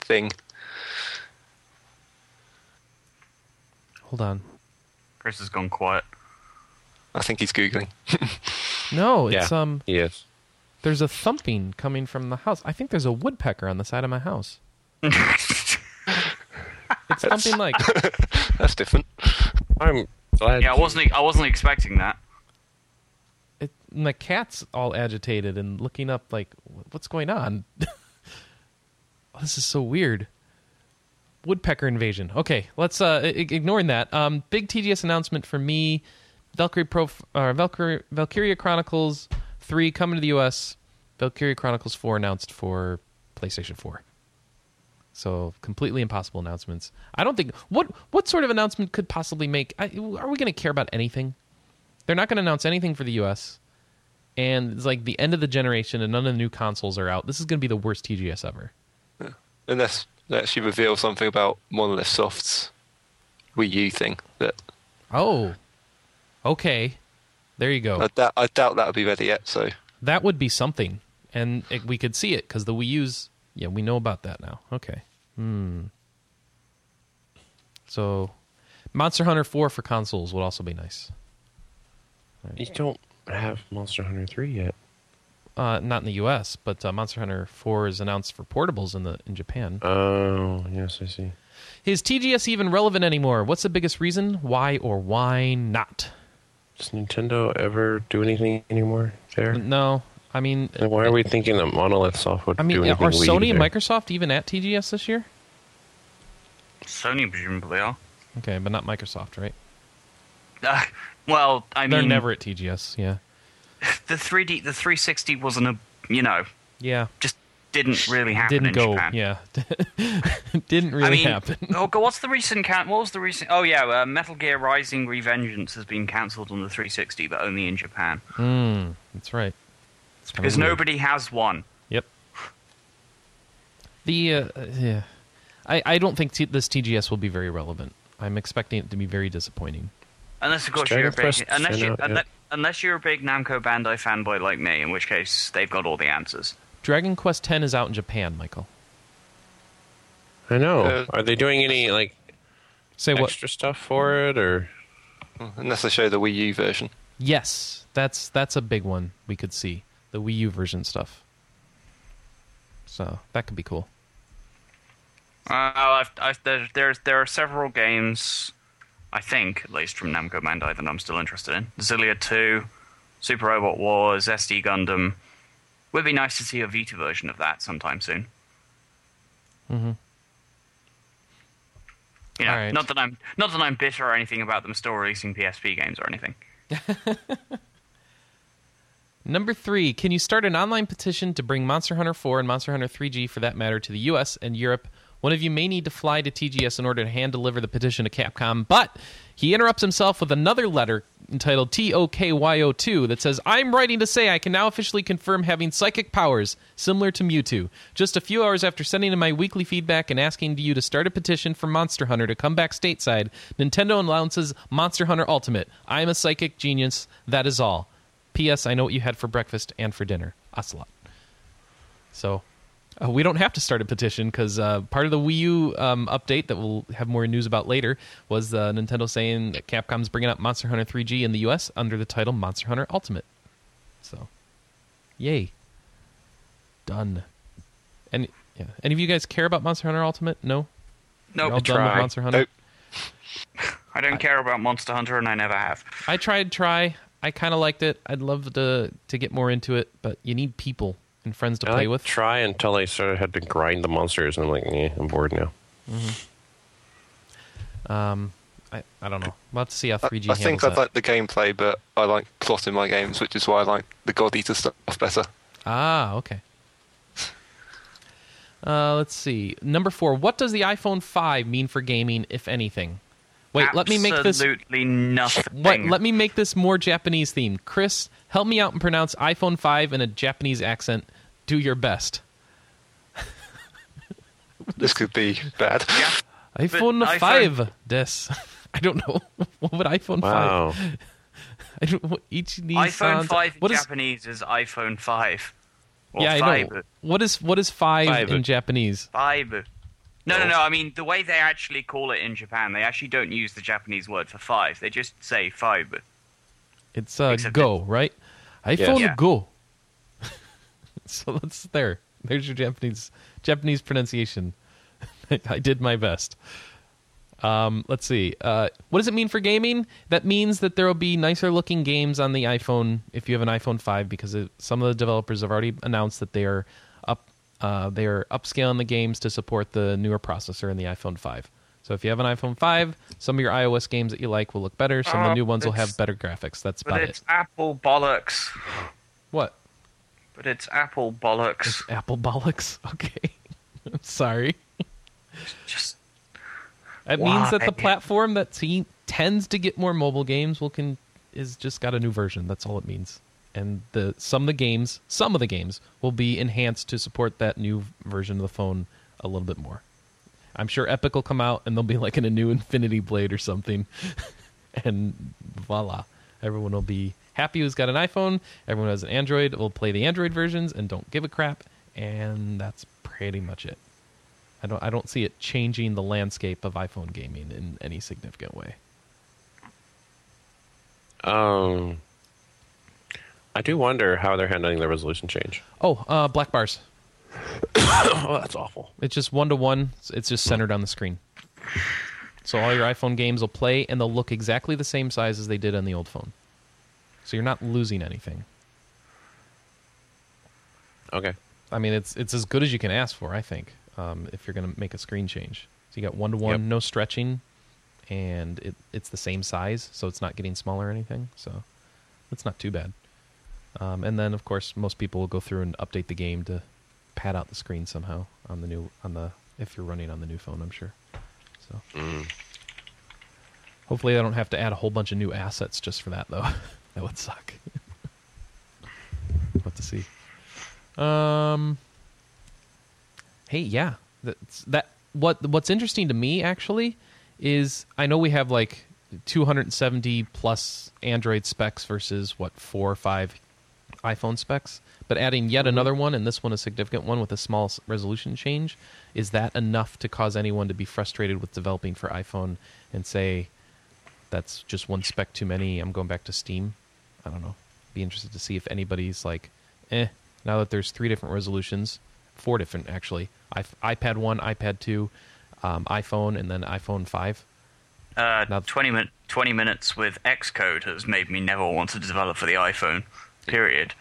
thing.
Hold on.
Chris has gone quiet.
I think he's googling.
No, it's
Yeah.
um
Yes.
there's a thumping coming from the house. I think there's a woodpecker on the side of my house. it's thumping like
That's different.
I'm glad.
Yeah, I wasn't. I wasn't expecting that.
it, and the cat's all agitated and looking up like "Wh- what's going on Oh, this is so weird woodpecker invasion okay let's uh i- i- ignoring that um big tgs announcement for me valkyrie pro uh, valkyrie valkyria chronicles 3 coming to the us valkyria chronicles 4 announced for playstation 4 so completely impossible announcements i don't think what what sort of announcement could possibly make I, are we going to care about anything they're not going to announce anything for the US. And it's like the end of the generation and none of the new consoles are out. This is going to be the worst TGS ever.
Unless they actually reveal something about Monolith Soft's Wii U thing. That
Oh. Okay. There you go.
I, doubt I doubt that'll be ready yet, so
that would be something. And it, we could see it cuz the Wii U's yeah, we know about that now. Okay. Hmm. So Monster Hunter 4 for consoles would also be nice.
You don't have Monster Hunter 3 yet.
Uh, not in the US, but uh, Monster Hunter 4 is announced for portables in the in Japan.
Oh, yes, I see.
Is TGS even relevant anymore? What's the biggest reason? Why or why not?
Does Nintendo ever do anything anymore there?
No, I mean,
And why are we thinking that Monolith Soft would
I mean,
do anything?
are Sony
Wii
and
there?
Microsoft even at TGS this year?
Sony presumably are.
Okay, but not Microsoft, right?
Uh, well, I
They're
mean,
never at TGS. Yeah,
the 3D, the 360 wasn't a, you know,
yeah,
just didn't really happen
didn't
in
go.
Japan.
Yeah, didn't really
I mean,
happen.
oh, God, what's the recent count? What was the recent? Oh yeah, uh, Metal Gear Rising: Revengeance has been cancelled on the 360, but only in Japan
Mm, that's right. It's kinda
because
weird.
nobody has one.
Yep. The uh, yeah, I I don't think t- this TGS will be very relevant. I'm expecting it to be very disappointing.
Unless of course
Dragon
you're a big,
Quest
unless you,
came out, yeah.
unless, unless you're a big Namco Bandai fanboy like me, in which case they've got all the answers.
Dragon Quest X is out in Japan, Michael.
I know.
Uh,
are they doing any like
Say what?
extra stuff for it or?
unless they show the Wii U version.
Yes, that's that's a big one we could see the Wii U version stuff. So that could be cool.
Uh, I've, I've, there, there's, there are several games, I think, at least from Namco Bandai, that I'm still interested in. Zillia 2, Super Robot Wars, SD Gundam. Would be nice to see a Vita version of that sometime soon. Mm-hmm. You know,
All right.
not that I'm not that I'm bitter or anything about them still releasing PSP games or anything.
Number three, can you start an online petition to bring Monster Hunter 4 and Monster Hunter 3G, for that matter, to the US and Europe? One of you may need to fly to TGS in order to hand deliver the petition to Capcom, but he interrupts himself with another letter entitled TOKYO2 that says, I'm writing to say I can now officially confirm having psychic powers similar to Mewtwo. Just a few hours after sending in my weekly feedback and asking you to start a petition for Monster Hunter to come back stateside, Nintendo announces Monster Hunter Ultimate. I am a psychic genius. That is all. P.S. I know what you had for breakfast and for dinner. Ocelot. So uh, we don't have to start a petition because uh, part of the Wii U um, update that we'll have more news about later was uh, Nintendo saying that Capcom's bringing up Monster Hunter 3G in the U.S. under the title Monster Hunter Ultimate. So, yay. Done. And yeah, any of you guys care about Monster Hunter Ultimate? No.
Nope.
You're all done with Monster Hunter.
Nope.
I don't care about Monster Hunter, and I never have.
I tried try. I kind of liked it. I'd love to to get more into it, but you need people and friends to
I
play
like
with.
try until I started had to grind the monsters, and I'm like, eh, I'm bored now.
I, I don't know. We'll have to see how 3G
I
handles
think
that.
I like the gameplay, but I like plot in my games, which is why I like the God Eater stuff better.
ah, okay. Uh, let's see. Number four. What does the iPhone 5 mean for gaming, if anything? Wait, let me make this.
absolutely nothing.
What? Let me make this more Japanese themed. Chris, help me out and pronounce iPhone 5 in a Japanese accent. Do your best.
This could be bad.
iPhone
iPhone-
5 des. I don't know. what would iPhone 5?
Wow.
I don't what each needs
iPhone
sounds-
5
What
in
is-
Japanese is iPhone 5. Or
Yeah, I know.
five.
What is what is 5
Five.
in Japanese?
Five. No, no, no. I mean, the way they actually call it in Japan, they actually don't use the Japanese word for five. They just say five.
It's uh,
Except
Go, right? iPhone
Yeah.
Go. so that's there. There's your Japanese Japanese pronunciation. I did my best. Um, let's see. Uh, what does it mean for gaming? That means that there will be nicer looking games on the iPhone if you have an iPhone 5, because it, some of the developers have already announced that they are up uh, they are upscaling the games to support the newer processor in the iPhone 5. So if you have an iPhone 5, some of your iOS games that you like will look better. Some of the
Oh,
new ones will
it's-
have better graphics. That's
But
about
it's
it.
Apple bollocks.
What?
But it's Apple bollocks.
Apple bollocks? Okay. I'm sorry.
Just
It means that the
Why?
platform that te- tends to get more mobile games will can is just got a new version. That's all it means. And the some of the games, some of the games will be enhanced to support that new version of the phone a little bit more. I'm sure Epic will come out and they'll be like in a new Infinity Blade or something, and voila, everyone will be happy who's got an iPhone. Everyone who has an Android will play the Android versions and don't give a crap. And that's pretty much it. I don't I don't see it changing the landscape of iPhone gaming in any significant way.
Um, I do wonder how they're handling the resolution change.
Oh, uh, black bars.
Oh, that's awful.
It's just one to one. It's just centered on the screen. So all your iPhone games will play and they'll look exactly the same size as they did on the old phone. So you're not losing anything.
Okay.
I mean, it's it's as good as you can ask for, I think. Um, if you're going to make a screen change, so you got one to
Yep.
one, no stretching, and it it's the same size, so it's not getting smaller or anything. So it's not too bad. Um, and then, of course, most people will go through and update the game to pad out the screen somehow on the new on the if you're running on the new phone, I'm sure. So hopefully, I don't have to add a whole bunch of new assets just for that though. that would suck. what to see. Um. Hey, yeah, that's that. What What's interesting to me actually is I know we have like 270 plus Android specs versus what four or five iPhone specs, but adding yet another one and this one a significant one with a small s- resolution change, is that enough to cause anyone to be frustrated with developing for iPhone and say that's just one spec too many? I'm going back to Steam. I don't know. Be interested to see if anybody's like, eh, now that there's three different resolutions, four different actually I- iPad 1, iPad 2, um, iPhone, and then iPhone 5.
uh,
Now-
20, min- 20 minutes with Xcode has made me never want to develop for the iPhone. Period.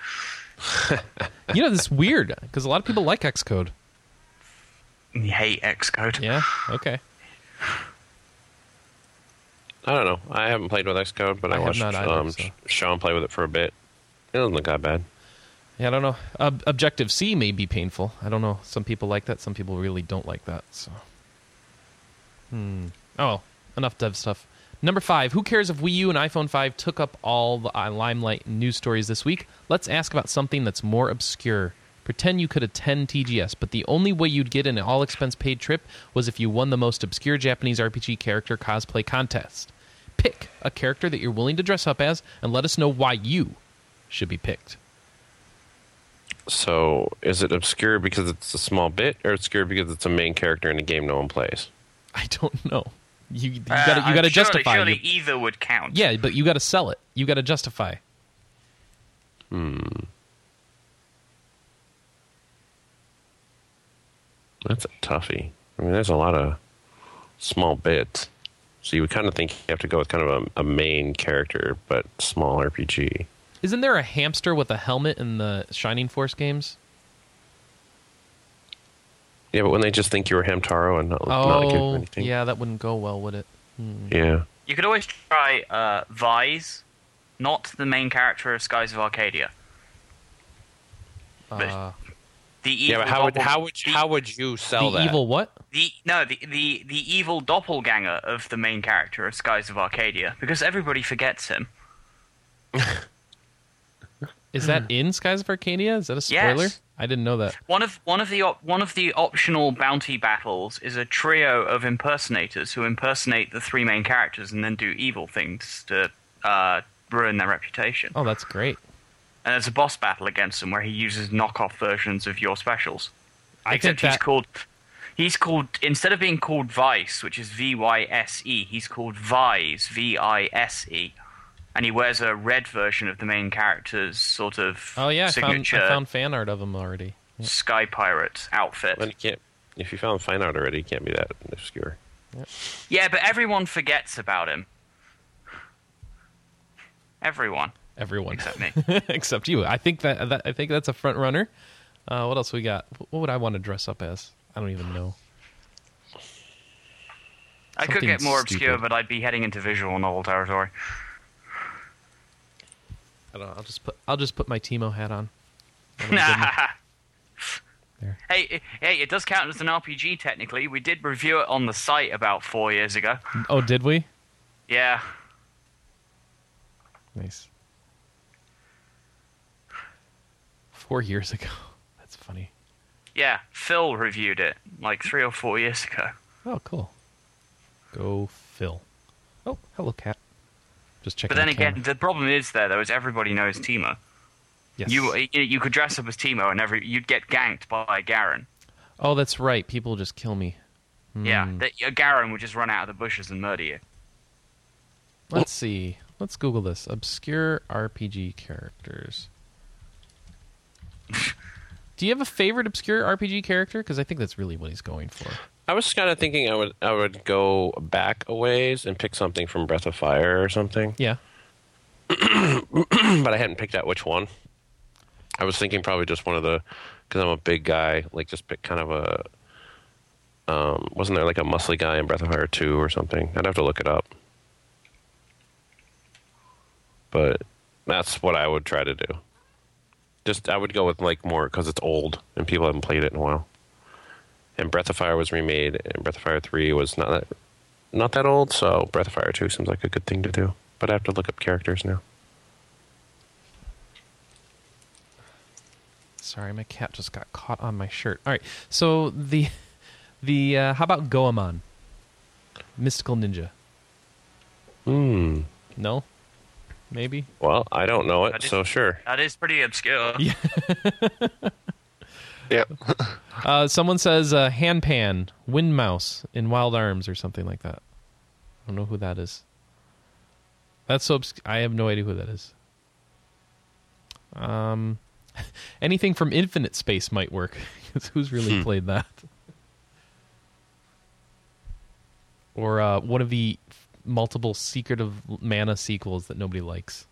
You know, this is weird because a lot of people like Xcode.
I hate Xcode.
Yeah. Okay.
I don't know. I haven't played with Xcode, but
I
I,
have
watched
not either,
um,
so.
Sh- Sean play with it for a bit. It doesn't look that bad.
Yeah, I don't know. Ob- Objective C may be painful. I don't know. Some people like that. Some people really don't like that. So, hmm. Oh, enough dev stuff. Number five. Who cares if Wii U and iPhone 5 took up all the uh, limelight and news stories this week? Let's ask about something that's more obscure. Pretend you could attend TGS, but the only way you'd get an all expense paid trip was if you won the most obscure Japanese RPG character cosplay contest. Pick a character that you're willing to dress up as and let us know why you should be picked.
So, is it obscure because it's a small bit, or obscure because it's a main character in a game no one plays?
I don't know. You you
Uh,
got to you got to
surely-
justify.
Surely
your-
either would count.
yeah, but you got to sell it. You got to justify.
That's a toughie. I mean, there's a lot of small bits. So you would kind of think you have to go with kind of a, a main character, but small RPG.
Isn't there a hamster with a helmet in the Shining Force games?
Yeah, but when they just think you were Hamtaro and not, not give you
Oh,
anything.
yeah, that wouldn't go well, would it?
Yeah.
You could always try uh, Vise, not the main character of Skies of Arcadia. But
Uh,
The evil
Yeah, but how would
doppel-
how would
the,
how would you sell
the
that?
evil what?
the no the, the the evil doppelganger of the main character of Skies of Arcadia because everybody forgets him.
Is that in Skies of Arcadia? Is that a spoiler?
Mm. Yes.
I didn't know that.
One of one of the op- one of the optional bounty battles is a trio of impersonators who impersonate the three main characters and then do evil things to uh, ruin their reputation.
Oh, that's great.
And there's a boss battle against him where he uses knockoff versions of your specials.
I
Except
think
he's
that-
called he's called instead of being called Vice, which is V Y S E, he's called Vise, V I S E. And he wears a red version of the main character's sort of
Oh yeah, I found,
signature
I found fan art of him already.
sky pirate outfit.
Then you can't. If you found Fine Art already, it can't be that obscure.
Yeah, but everyone forgets about him. Everyone
Everyone
except me.
except you. I think that, that I think that's a front runner. Uh, what else we got? What would I want to dress up as? I don't even know.
I could
Something
get more obscure,
stupid.
but I'd be heading into visual novel territory.
I don't know. I'll just put I'll just put my Timo hat on. That'll be good enough.
hey,
There.
it- hey, it does count as an RPG technically. We did review it on the site about four years ago.
oh, did we?
Yeah,
Nice. Four years ago. That's funny.
yeah. Phil reviewed it like three or four years ago.
Oh, cool. Go Phil. Oh, hello, cat. Just checking.
But then
the
again,
camera.
the problem is there though is everybody knows Timo.
yes.
You You you could dress up as Timo and every you'd get ganked by Garen.
Oh, that's right. People just kill me. Hmm.
Yeah, that uh, Garen would just run out of the bushes and murder you.
Let's see. Let's Google this. Obscure RPG characters. Do you have a favorite obscure RPG character? Because I think that's really what he's going for.
I was kind of thinking I would I would go back a ways and pick something from Breath of Fire or something,
Yeah.
but I hadn't picked out which one. I was thinking probably just one of the because I'm a big guy, like just pick kind of a. Um, wasn't there like a muscly guy in Breath of Fire two or something? I'd have to look it up. But that's what I would try to do. Just I would go with like more because it's old and people haven't played it in a while. And Breath of Fire was remade, and Breath of Fire three was not that not that old, so Breath of Fire two seems like a good thing to do. But I have to look up characters now.
Sorry, my cat just got caught on my shirt. All right. So the the uh, how about Goemon? Mystical ninja.
Hmm.
No? Maybe?
Well, I don't know
I
it,
did-
so sure.
That is pretty obscure.
Yeah.
Yep.
Uh, someone says uh, Handpan, Wind Mouse in Wild Arms or something like that. I don't know who that is. That's so obsc- I have no idea who that is. Um, anything from Infinite Space might work. 'cause who's really played that? Or uh, one of the multiple Secret of Mana sequels that nobody likes.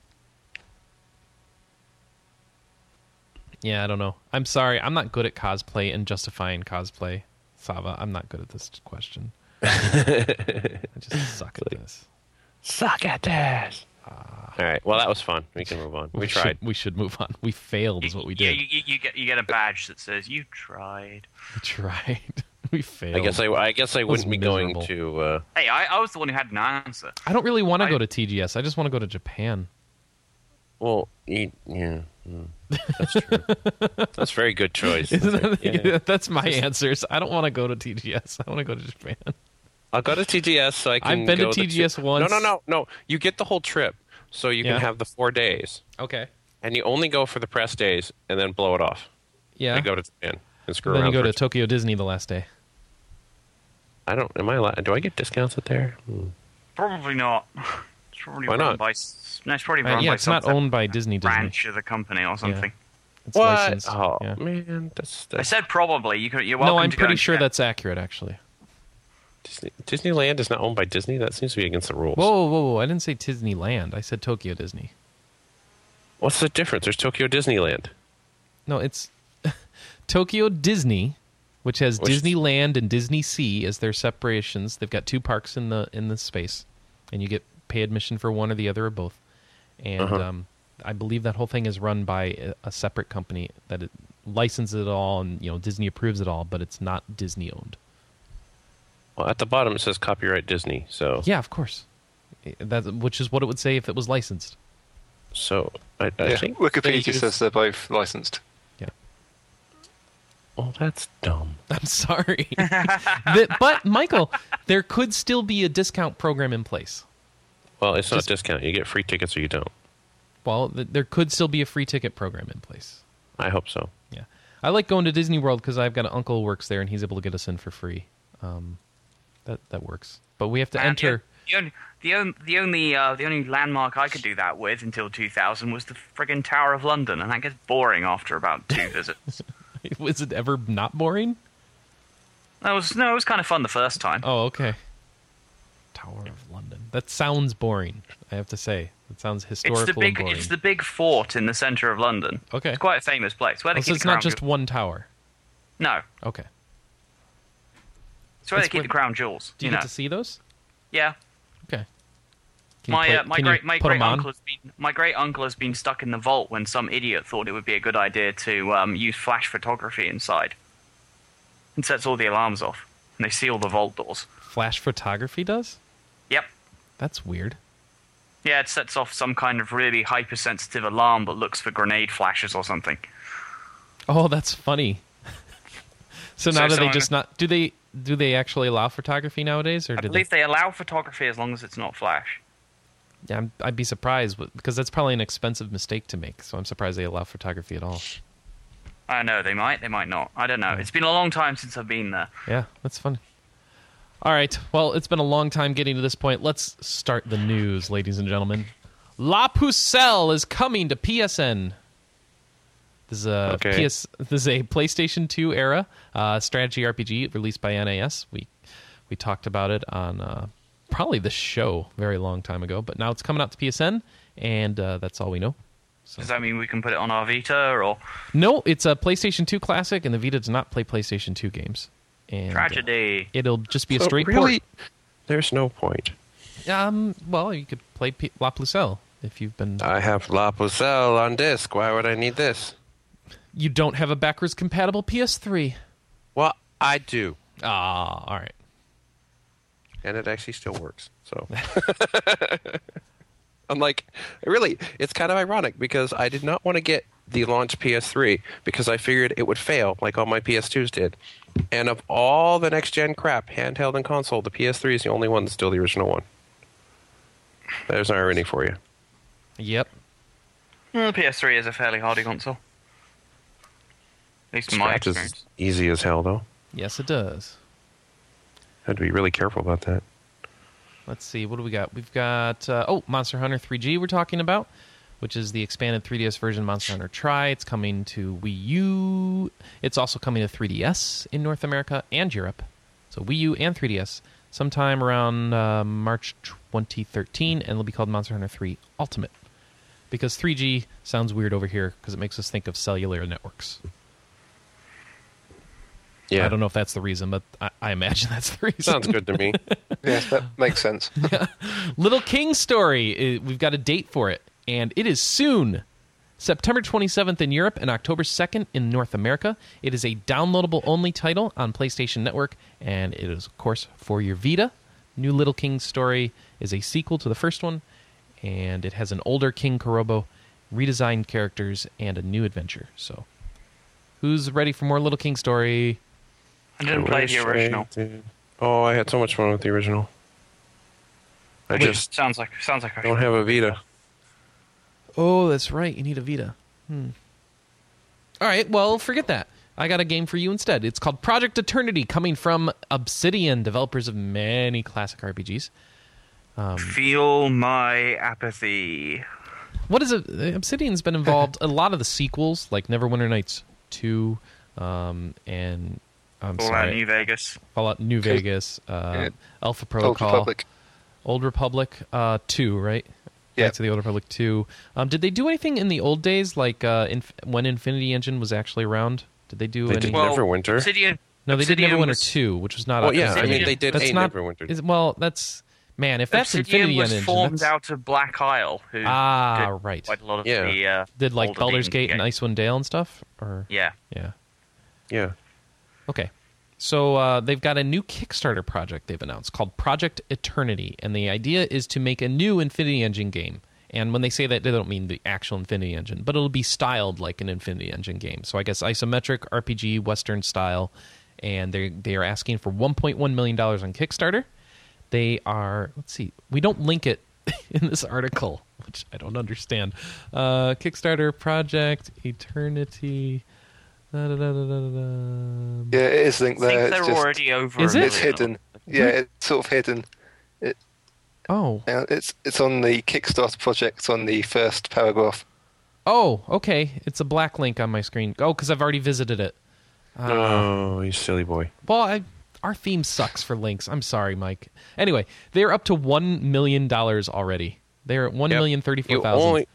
Yeah, I don't know. I'm sorry. I'm not good at cosplay and justifying cosplay. Sava, I'm not good at this question. I just suck at this.
Suck at this. All right. Well, that was fun. We can move on. We tried.
Should, we should move on. We failed, is what we
Yeah,
did.
you, you, you get you get a badge that says you tried.
We tried. We failed.
I guess I, I guess I
was
wouldn't be
miserable.
going to. Uh,
Hey, I, I was the one who had an answer.
I don't really want to
I-
go to TGS. I just want to go to Japan.
well, eat, yeah, mm, that's true. that's a very good choice.
Isn't that,
Yeah.
That's my answers. I don't want to go to TGS. I want to go to Japan.
I'll go to TGS so I can.
I've been to
go the
TGS
two-
once.
No, no, no, no. You get the whole trip, so you
Yeah.
can have the four days,
Okay.
and you only go for the press days, and then blow it off.
Yeah.
You go to Japan and screw
then you
around.
go to
for a-
Tokyo Disney the last day.
I don't. Am I? Allowed, do I get discounts at there? Hmm.
Probably not. It's probably
Why
run
not?
by s- no, it's probably
Uh,
run
yeah,
by
it's
some
not
sort of
owned by Disney Disney.
branch of the company or something.
It's
What?
licensed.
Oh
yeah.
man, that's,
I
that's
said probably. You could, you're welcome
No, I'm
to go
pretty
and
sure
check.
that's accurate, actually.
Disney, Disneyland is not owned by Disney. That seems to be against the rules.
Whoa, whoa, whoa! I didn't say Disneyland. I said Tokyo Disney.
What's the difference? There's Tokyo Disneyland.
No, it's Tokyo Disney, which has
Which-
Disneyland and Disney Sea as their separations. They've got two parks in the in the space, and you get pay admission for one or the other or both. And um, I believe that whole thing is run by a, a separate company that it licenses it all, and you know Disney approves it all, but it's not Disney owned.
Well, at the bottom it says copyright Disney. So
Yeah, of course. That which is what it would say if it was licensed.
so I, I
Yeah.
think
Wikipedia
they use-
says they're both licensed.
Yeah.
Well, that's dumb.
I'm sorry. That- but Michael, there could still be a discount program in place.
Well, it's
Just-
not discount. You get free tickets or you don't.
Well, th- there could still be a free ticket program in place.
I hope so.
Yeah, I like going to Disney World because I've got an uncle who works there, and he's able to get us in for free. Um, that that works. But we have to
And the-
enter.
The only, the only, the only, uh, the only landmark I could do that with until 2000 was the friggin' Tower of London, and that gets boring after about two visits.
Was it ever not boring?
That was no, it was kind of fun the first time.
Oh, okay. Tower of London. That sounds boring. I have to say, that sounds historical
It's the
and
big,
boring.
it's the big fort in the center of London.
Okay.
it's quite a famous place. Where they
Oh, so
keep
it's
the
not
crown
just
jewels.
one tower.
no,
Okay.
it's where
It's
they keep
where-
the crown jewels.
Do you,
know,
get to see those?
yeah.
Okay. Can you
My,
play-
uh, my
can you
great my
put 'em
great
on?
uncle has been my great uncle has been stuck in the vault when some idiot thought it would be a good idea to um, use flash photography inside, and sets all the alarms off, and they seal the vault doors.
Flash photography does.
Yep,
That's weird.
yeah, it sets off some kind of really hypersensitive alarm, but looks for grenade flashes or something.
Oh, that's funny. so
So
now do they
someone-
just not do they do they actually allow photography nowadays or
I
do
believe they allow photography as long as it's not flash.
they? Yeah, I'm, I'd be surprised with- because that's probably an expensive mistake to make. So I'm surprised they allow photography at all.
I don't know they might, they might not. I don't know. It's been a long time since I've been there.
Yeah, that's funny. All right. Well, it's been a long time getting to this point. Let's start the news, ladies and gentlemen. La Pucelle is coming to PSN. This is a
Okay.
PS. This is a PlayStation 2 era uh, strategy RPG released by NAS. We we talked about it on uh, probably the show a very long time ago, but now it's coming out to PSN, and uh, that's all we know.
Does that mean we can put it on our Vita or
No, it's a PlayStation 2 classic, and the Vita does not play PlayStation 2 games. And, uh,
Tragedy?
it'll just be a
So
straight port.
really, there's no point.
Um. Well, you could play P- La Pucelle if you've been.
I have La Pucelle on disc. Why would I need this?
you don't have a backwards compatible PS3.
Well, I do,
Ah, all right.
and it actually still works. So. I'm like, really, it's kind of ironic because I did not want to get the launch PS3 because I figured it would fail like all my PS2s did. And of all the next gen crap, handheld and console, the PS3 is the only one that's still the original one. There's an irony for you.
Yep.
Hmm, PS3 is a fairly hardy console. At least in my
Scratch
experience.
is easy as hell, though.
Yes, it does.
Had to be really careful about that.
Let's see. What do we got? We've got uh, oh, Monster Hunter 3G. We're talking about, which is the expanded 3DS version of Monster Hunter Try. It's coming to Wii U. It's also coming to 3DS in North America and Europe. So Wii U and 3DS sometime around uh, March 2013, and it'll be called Monster Hunter 3 Ultimate. Because 3G sounds weird over here because it makes us think of cellular networks.
Yeah,
I don't know if that's the reason, but I, I imagine that's the reason.
Sounds good to me.
Yes, that makes sense.
Little King Story. uh, We've got a date for it, and it is soon. September 27th in Europe and October 2nd in North America. It is a downloadable only title on PlayStation Network, and it is, of course, for your Vita. New Little King Story is a sequel to the first one, and it has an older King Korobo, redesigned characters, and a new adventure. So, who's ready for more Little King Story?
I didn't play the
Wish I
original.
did. Oh, I had so much fun with the original. I
Which
just
sounds like sounds like I
don't have a Vita.
Oh, that's right. You need a Vita. Hmm. All right. Well, forget that. I got a game for you instead. It's called Project Eternity, coming from Obsidian, developers of many classic RPGs.
feel my apathy.
What is it? Obsidian's been involved a lot of the sequels, like Neverwinter Nights two, um, and I'm
All out
sorry,
New Vegas.
Fallout New Vegas, uh,
Yeah.
Alpha
Old
Protocol,
Republic.
Old Republic uh, two, right?
Yeah.
Knights of the Old Republic two. Um, did they do anything in the old days, like uh, inf- when Infinity Engine was actually around? Did they do
They
any?
did Well, Neverwinter.
Obsidian.
no, they
Obsidian
did Neverwinter
was,
two, which was not.
Well, yeah,
Obsidian.
I mean, they
did
That's
a
not-
Neverwinter.
is- well, that's man. If that's
Obsidian
Infinity
was
Engine,
formed
that's-
out of Black Isle, who
Ah,
did
right.
quite a lot of
Yeah.
the uh,
did like
older
Baldur's
D&D
Gate and
games.
Icewind Dale and stuff, or
Yeah,
yeah.
Yeah.
Okay. So uh, they've got a new Kickstarter project they've announced called Project Eternity, and the idea is to make a new Infinity Engine game. And when they say that, they don't mean the actual Infinity Engine, but it'll be styled like an Infinity Engine game. So I guess isometric RPG Western style, and they they are asking for 1.1 million dollars on Kickstarter. They are let's see, we don't link it in this article, which I don't understand. Uh, Kickstarter Project Eternity. Da, da, da, da, da, da.
Yeah, it is linked
I think
there.
they're
it's just,
already over.
Is
a
it?
It's
million.
hidden. Yeah, it's sort of hidden.
Oh,
Now, It's it's on the Kickstarter project on the first paragraph.
oh, okay. It's a black link on my screen. Oh, because I've already visited it.
oh, you silly boy.
Well, I our theme sucks for links. I'm sorry, Mike. Anyway, they're up to one million dollars already. They're at one
Yep.
million thirty-four
You
thousand
only-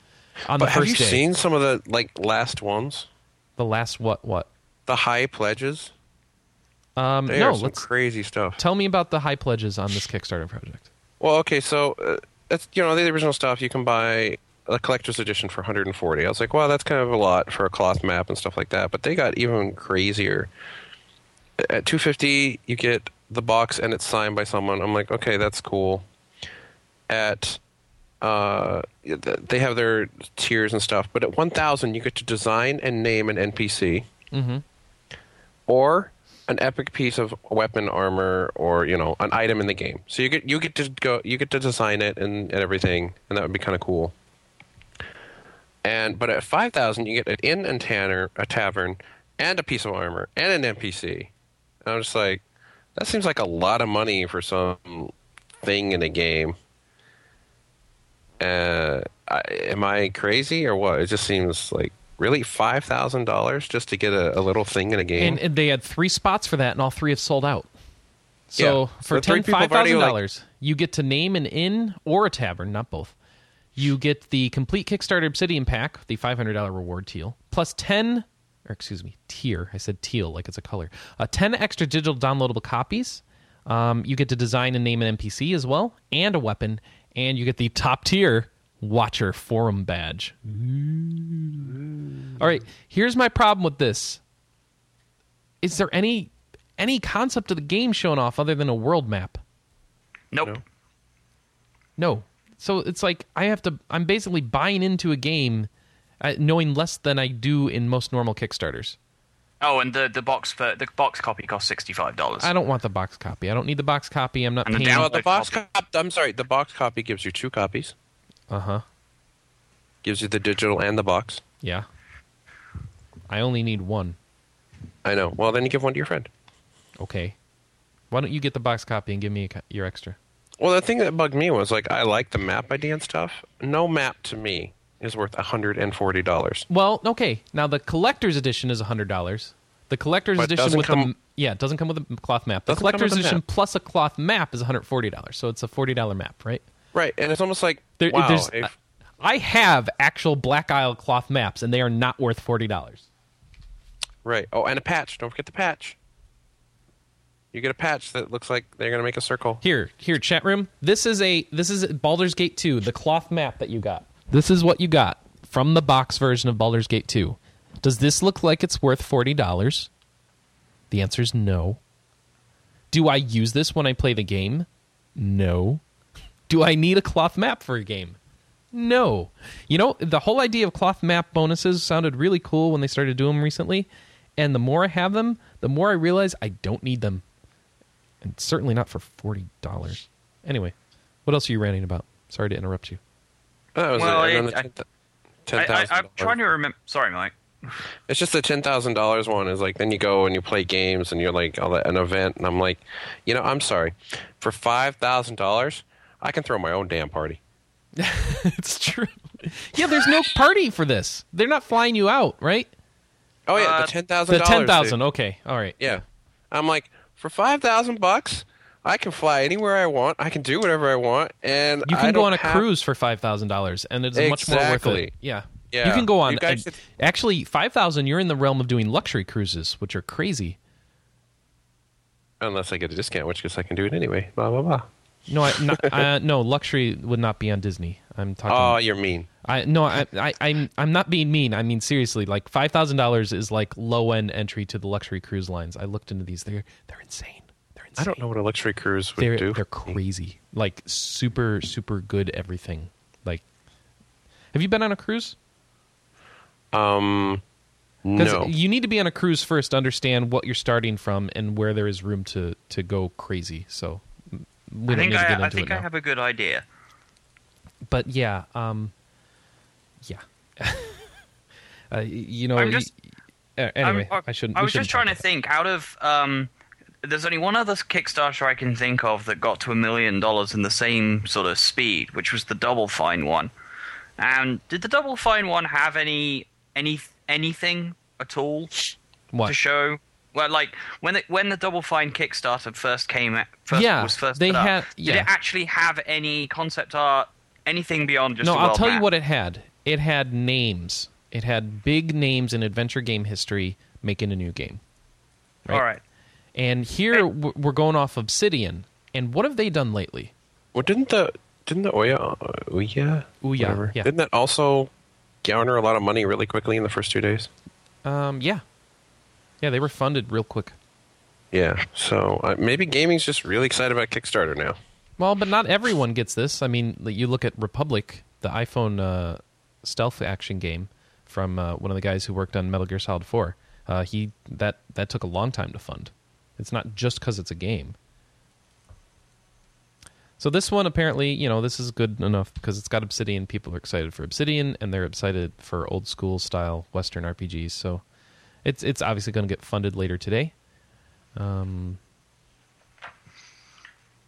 on the
But
first
have you
day.
seen some of the like last ones?
the last what what?
The high pledges.
Um,
They
no,
are some
let's
crazy stuff.
tell me about the high pledges on this Kickstarter project.
Well, okay, so uh, that's you know the original stuff you can buy a collector's edition for 140. I was like, wow, that's kind of a lot for a cloth map and stuff like that. But they got even crazier. At 250, you get the box and it's signed by someone. I'm like, okay, that's cool. At uh, th- they have their tiers and stuff, but at 1,000, you get to design and name an NPC
Mm-hmm.
or an epic piece of weapon armor or you know an item in the game so you get you get to go you get to design it and, and everything and that would be kind of cool and but at 5000 you get an inn and tanner a tavern and a piece of armor and an npc and i'm just like that seems like a lot of money for some thing in a game uh I, am i crazy or what it just seems like really $5000 just to get a, a little thing in a game
And, and they had three spots for that, and all three have sold out. So
Yeah.
for
So
ten
three people
five
have already,
thousand
like-
dollars, you get to name an inn or a tavern, not both. You get the complete Kickstarter Obsidian pack, the five hundred dollar reward teal, plus ten, or excuse me, tier. I said teal like it's a color. Uh, ten extra digital downloadable copies. Um, you get to design and name an NPC as well, and a weapon, and you get the top tier Watcher Forum badge. All right, here's my problem with this. Is there any any concept of the game shown off other than a world map?
Nope.
No.
No. So it's like I have to. I'm basically buying into a game, uh, knowing less than I do in most normal Kickstarters.
Oh, and the, the box for the box copy costs sixty five dollars.
I don't want the box copy. I don't need the box copy. I'm not
And the
paying.
down-
Well, the
Like
box
copy.
copy. I'm sorry, the box copy gives you two copies.
uh huh.
Gives you the digital and the box.
Yeah. I only need one.
I know. Well, then you give one to your friend.
Okay. Why don't you get the box copy and give me a, co- your extra?
Well, the thing that bugged me was like I like the map idea and stuff. No map to me is worth hundred and forty dollars.
Well, okay. Now the collector's edition is hundred dollars. The collector's
But it
edition
doesn't
with the
come-
yeah it doesn't come with a cloth map. The
Doesn't come
collector's
with a
edition
map.
plus a cloth map is one hundred forty dollars. So it's a forty dollar map, right?
Right, and it's almost like
There,
wow.
there's,
if-
I have actual Black Isle cloth maps, and they are not worth forty dollars.
right. Oh, and a patch. Don't forget the patch. You get a patch that looks like they're gonna make a circle.
Here, here, chat room. This is a this is Baldur's Gate two, the cloth map that you got. This is what you got from the box version of Baldur's Gate two. Does this look like it's worth forty dollars? The answer is no. Do I use this when I play the game? No. Do I need a cloth map for a game? No. You know, the whole idea of cloth map bonuses sounded really cool when they started doing them recently. And the more I have them, the more I realize I don't need them. And certainly not for $40. Anyway, what else are you ranting about? Sorry to interrupt you.
That was
Well,
it.
I-
And then
I-
the
I,
ten
I,
thousand.
I'm trying to remember. Sorry, Mike.
It's just the ten thousand dollars one is like then you go and you play games and you're like all that, an event and I'm like, you know, I'm sorry, for five thousand dollars I can throw my own damn party.
it's true. Yeah, there's no party for this. They're not flying you out, right?
Oh yeah,
Uh,
the ten thousand.
The 10,000. Okay. All right.
Yeah, I'm like for five thousand bucks I can fly anywhere I want. I can do whatever I want, and
You
I
can go
don't
on a
have-
cruise for five thousand dollars, and it's much more worth it.
Exactly.
Yeah.
Yeah.
you can go on.
You guys
and-
should-
Actually, five thousand. You're in the realm of doing luxury cruises, which are crazy.
Unless I get a discount, which guess I can do it anyway. Blah blah blah.
No, I, not, uh, no, luxury would not be on Disney. I'm talking.
Oh, you're mean.
I no, I, I, I'm I'm not being mean. I mean seriously, like five thousand dollars is like low end entry to the luxury cruise lines. I looked into these. They're they're insane. They're insane.
I don't know what a luxury cruise would
they're
do.
they're crazy. Like super super good everything. Like, have you been on a cruise?
um,
'Cause
no.
you need to be on a cruise first to understand what you're starting from and where there is room to to go crazy. So m- we don't need
I think
to get
I,
into
I think
it
I
now.
have a good idea.
But yeah, um, yeah. uh, you know,
I'm just-
y- uh, anyway,
I'm-
I shouldn't.
I
we
was
shouldn't
just trying
talk
to
about
think out of. Um, there's only one other Kickstarter I can think of that got to a million dollars in the same sort of speed, which was the Double Fine one. And did the Double Fine one have any any anything at all
that. What?
to show Well, like when it, when the Double Fine Kickstarter first came, out- first,
Yeah,
was first
they
put up,
had-
Did
yeah.
it actually have any concept art, anything beyond just?
no,
a
I'll
world
tell you
map?
what it had. It had names. It had big names in adventure game history making a new game.
All right.
And here w- we're going off Obsidian. And what have they done lately?
Well, didn't the didn't the Oya Ouya
Ouya,
Whatever.
yeah.
didn't that also garner a lot of money really quickly in the first two days?
Um, yeah, yeah, they were funded real quick.
Yeah. So uh, maybe gaming's just really excited about Kickstarter now.
Well, but not everyone gets this. I mean, like, you look at Republic, the iPhone uh, stealth action game from uh, one of the guys who worked on Metal Gear Solid Four. Uh, he that that took a long time to fund. It's not just because it's a game. So this one apparently, you know, this is good enough because it's got Obsidian. People are excited for Obsidian, and they're excited for old school style Western RPGs. So it's it's obviously going to get funded later today. I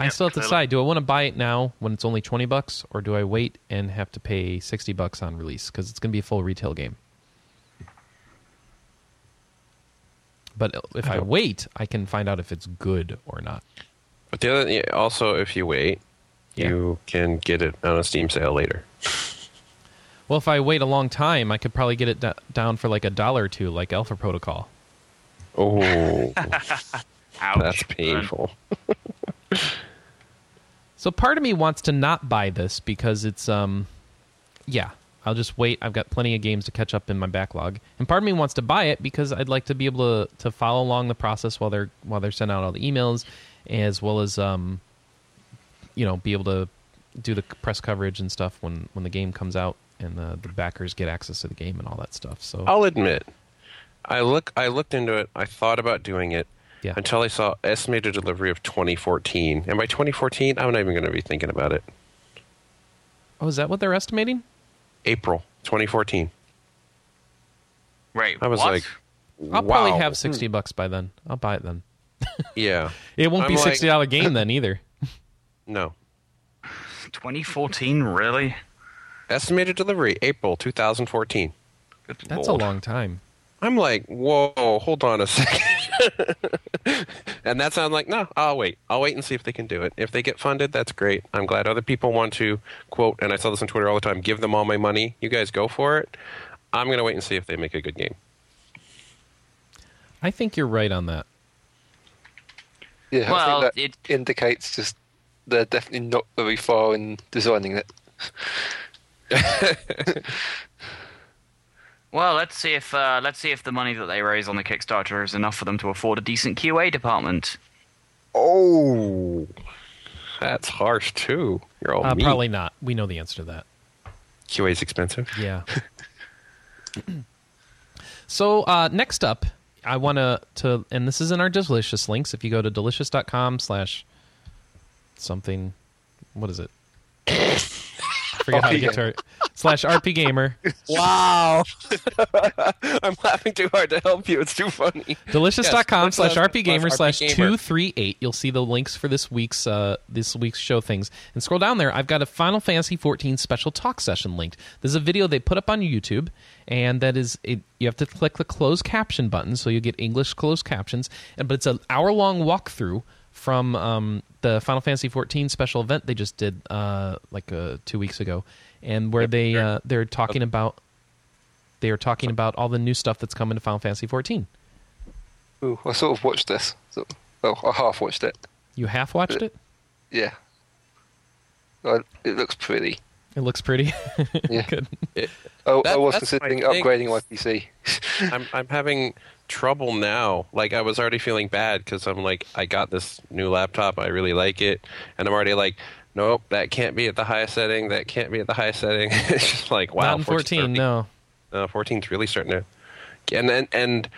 Yeah,
still have to
clearly.
decide: do I want to buy it now when it's only twenty bucks, or do I wait and have to pay sixty bucks on release because it's going to be a full retail game? But uh, if I wait, I can find out if it's good or not.
But the other yeah, also, if you wait,
Yeah.
you can get it on a Steam sale later.
Well, if I wait a long time, I could probably get it d- down for like a dollar or two, like Alpha Protocol.
Oh,
Ouch.
that's painful.
So part of me wants to not buy this because it's um yeah, I'll just wait. I've got plenty of games to catch up in my backlog. And part of me wants to buy it because I'd like to be able to to follow along the process while they're while they're sending out all the emails as well as um you know, be able to do the press coverage and stuff when when the game comes out and the the backers get access to the game and all that stuff. So
I'll admit, I look, I looked into it. I thought about doing it
Yeah.
until I saw estimated delivery of 2014, and by 2014, I'm not even going to be thinking about it.
Oh, is that what they're estimating?
April 2014.
Right.
I was
what?
like,
I'll probably
wow.
have 60 bucks by then. I'll buy it then.
Yeah.
It won't
I'm
be
like-
$60 dollar game then either.
No.
2014, really?
Estimated delivery April 2014.
Good
That's
lord.
a long time.
I'm like, whoa, hold on a second. and that's how I'm like, no, I'll wait. I'll wait and see if they can do it. If they get funded, that's great. I'm glad other people want to quote, and I saw this on Twitter all the time give them all my money. You guys go for it. I'm going to wait and see if they make a good game.
I think you're right on that.
Yeah,
Well,
I think that
it-
indicates just they're definitely not very far in designing it.
Well, let's see if uh, let's see if the money that they raise on the Kickstarter is enough for them to afford a decent QA department.
Oh, that's harsh, too. You're all
Uh,
mean.
probably not. We know the answer to that.
QA is expensive.
Yeah. so uh, next up, I want to to and this is in our delicious links. If you go to delicious.com slash something, what is it? I forget how to get to it. Slash RP Gamer.
Wow. I'm laughing too hard to help you. It's too funny.
delicious.com
Yes,
slash
slash
rp gamer slash
RP Gamer.
238 you'll see the links for this week's uh, this week's show things and scroll down there i've got a final fantasy 14 special talk session linked there's a video they put up on youtube and that is it, you have to click the closed caption button so you get english closed captions and but it's an hour long walkthrough from um, the Final Fantasy 14 special event they just did uh, like uh, two weeks ago, and where they uh, they're talking about they are talking about all the new stuff that's coming to Final Fantasy 14.
Ooh, I sort of watched this. So, well, I half watched it.
You half watched
Uh,
it?
Yeah. I, it looks pretty.
It looks pretty.
Yeah.
Good.
I, I
That-
was
that's my
considering
thing.
upgrading my PC.
I'm I'm having trouble now. Like I was already feeling bad because I'm like I got this new laptop. I really like it, and I'm already like, nope, that can't be at the highest setting. That can't be at the highest setting. it's just like wow,
Not in 14,
14,
no.
uh, 14's really starting to. And and and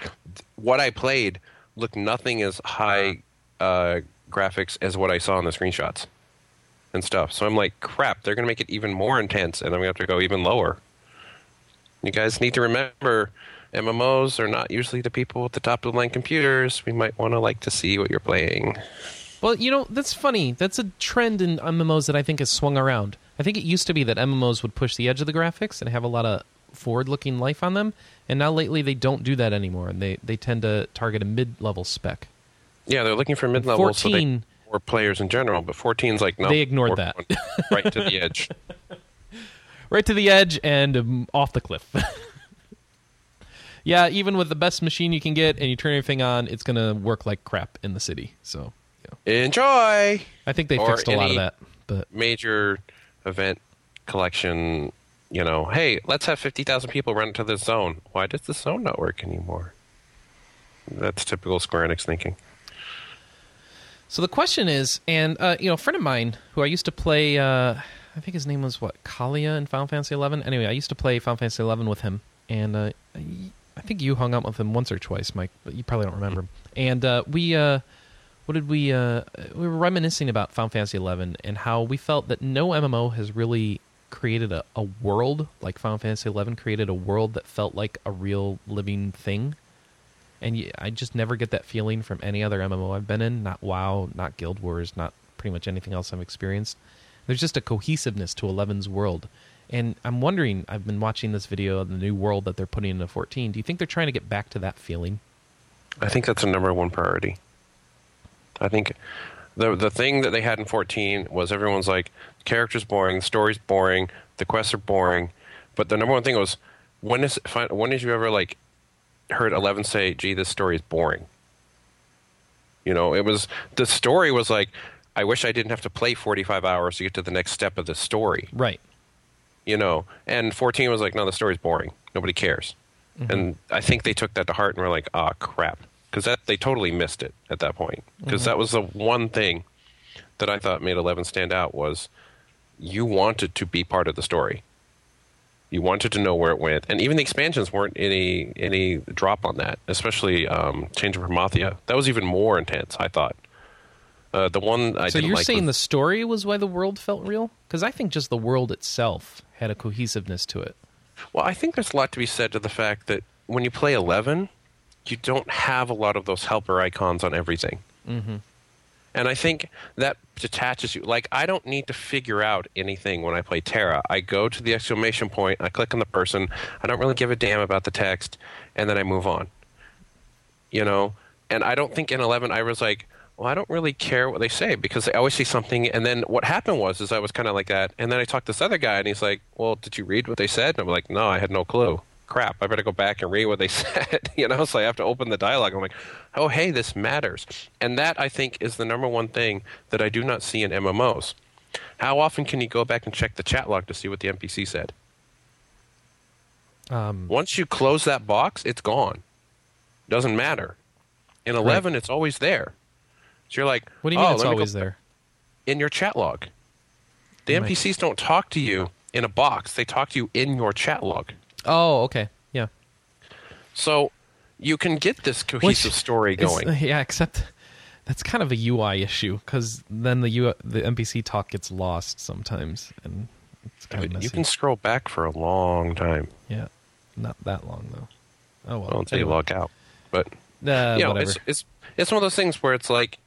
what I played looked nothing as high uh, graphics as what I saw in the screenshots and stuff. So I'm like, crap, they're gonna make it even more intense, and I'm gonna have to go even lower. You guys need to remember, MMOs are not usually the people at the top of the line computers. We might want to like to see what you're playing.
Well, you know, that's funny. That's a trend in MMOs that I think has swung around. I think it used to be that MMOs would push the edge of the graphics and have a lot of forward-looking life on them. And now lately, they don't do that anymore, and they they tend to target a mid-level spec.
Yeah, they're looking for mid level so they
14
or players in general, but 14's like no.
They ignored
we're
that.
going right to the edge.
right to the edge and um, off the cliff. yeah, even with the best machine you can get and you turn everything on, it's going to work like crap in the city. So, yeah.
Enjoy
I think they
Or
fixed a lot of
any-
that. But
major event collection. You know, hey, let's have fifty thousand people run into this zone. Why does the zone not work anymore? That's typical Square Enix thinking.
so the question is, and uh, you know, a friend of mine who I used to play, uh, I think his name was what Kalia in Final Fantasy Eleven. Anyway, I used to play Final Fantasy Eleven with him, and uh, I think you hung out with him once or twice, Mike, but you probably don't remember him. And uh, we, uh, what did we? Uh, we were reminiscing about Final Fantasy Eleven and how we felt that no MMO has really created a, a world like Final Fantasy Eleven created a world that felt like a real living thing. And y- I just never get that feeling from any other MMO I've been in. Not WoW, not Guild Wars, not pretty much anything else I've experienced. There's just a cohesiveness to 11's world. And I'm wondering, I've been watching this video of the new world that they're putting into 14. Do you think they're trying to get back to that feeling?
I think that's the number one priority. I think the the thing that they had in 14 was everyone's like, the character's boring, the story's boring, the quests are boring. But the number one thing was, when is fi- when did you ever like heard 11 say, "Gee, this story is boring"? You know, it was the story was like, I wish I didn't have to play 45 hours to get to the next step of the story
Right.
you know. And 14 was like, no, the story's boring. Nobody cares.
Mm-hmm.
And I think they took that to heart and were like, ah, crap. Because that they totally missed it at that point.
Mm-hmm.
Because that was the one thing that I thought made 11 stand out was you wanted to be part of the story. You wanted to know where it went, and even the expansions weren't any any drop on that. Especially um, Change of Promathia, that was even more intense. I thought uh, the one I
so
didn't
you're
like
saying
was-
the story was why the world felt real? Because I think just the world itself had a cohesiveness to it.
Well, I think there's a lot to be said to the fact that when you play 11, you don't have a lot of those helper icons on everything. Mm-hmm. And I think that detaches you. Like, I don't need to figure out anything when I play Terra. I go to the exclamation point, I click on the person, I don't really give a damn about the text, and then I move on. You know? And I don't think in 11 I was like, well, I don't really care what they say because I always see something. And then what happened was, is I was kind of like that. And then I talked to this other guy, and he's like, "Well, did you read what they said?" And I'm like, "No, I had no clue. Crap, I better go back and read what they said." you know, so I have to open the dialogue. I'm like, "Oh, hey, this matters." And that I think is the number one thing that I do not see in MMOs. How often can you go back and check the chat log to see what the NPC said?
Um,
Once you close that box, it's gone. Doesn't matter. In 11, it's always there. So you're like,
what do you mean
"Oh,
it's
let me go
always there?
in your chat log. The
Right.
NPCs don't talk to you in a box. They talk to you in your chat log.
Oh, okay. Yeah.
So you can get this
Which
cohesive story
is-
going.
yeah, except that's kind of a UI issue because then the U, the NPC talk gets lost sometimes, and it's kind of
But
messy.
you can scroll back for a long time.
yeah, not that long though. Oh well,
Well, until you
anyway.
log out. But
Uh,
you know,
whatever.
it's, it's it's one of those things where it's like,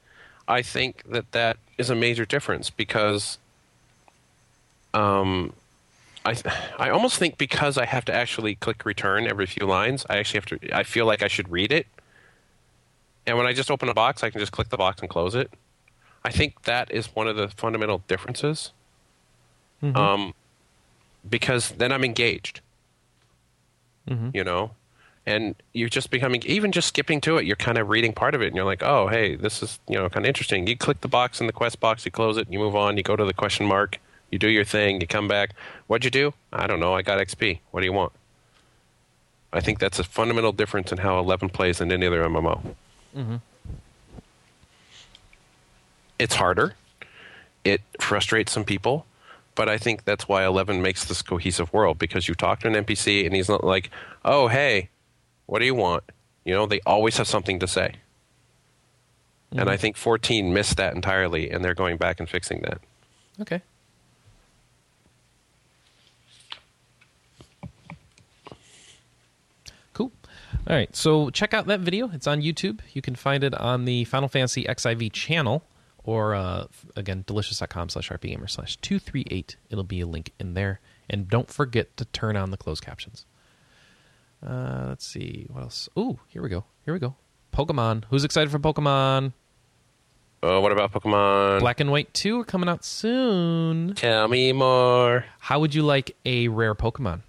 I think that that is a major difference because, um, I th- I almost think because I have to actually click return every few lines, I actually have to. I feel like I should read it, and when I just open a box, I can just click the box and close it. I think that is one of the fundamental differences,
Mhm.
um, because then I'm engaged
Mm-hmm.
you know and you're just becoming even just skipping to it you're kind of reading part of it and you're like oh hey this is you know kind of interesting you click the box in the quest box you close it and you move on you go to the question mark you do your thing you come back what'd you do i don't know i got xp what do you want i think that's a fundamental difference in how 11 plays than any other mmo it's harder it frustrates some people but i think that's why 11 makes this cohesive world because you talk to an npc and he's not like oh hey what do you want you know they always have something to say
Mm-hmm.
and i think 14 missed that entirely and they're going back and fixing that
okay. Cool. All right, so check out that video. It's on YouTube. You can find it on the Final Fantasy XIV channel, or uh, again, delicious.com slash rpgamer slash 238. It'll be a link in there. And don't forget to turn on the closed captions. Uh, let's see what else. Ooh, here we go. Here we go. Pokemon. Who's excited for Pokemon?
Uh, what about Pokemon?
Black and White Two are coming out soon.
Tell me more.
How would you like a rare Pokemon?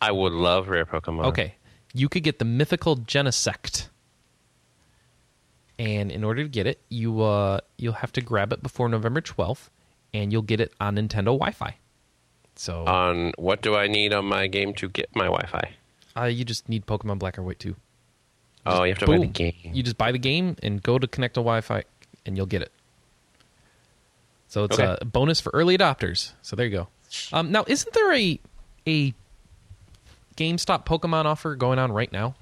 I would love rare Pokemon.
Okay, you could get the mythical Genesect, and in order to get it, you uh, you'll have to grab it before November twelfth, and you'll get it on Nintendo Wi-Fi. So
On what do I need on my game to get my Wi-Fi?
uh, you just need Pokemon Black or White Two.
Oh, you have to buy
Boom.
the game.
You just buy the game and go to connect to Wi-Fi, and you'll get it. So it's
Okay.
a bonus for early adopters. So there you go. Um, now, isn't there a a GameStop Pokemon offer going on right now?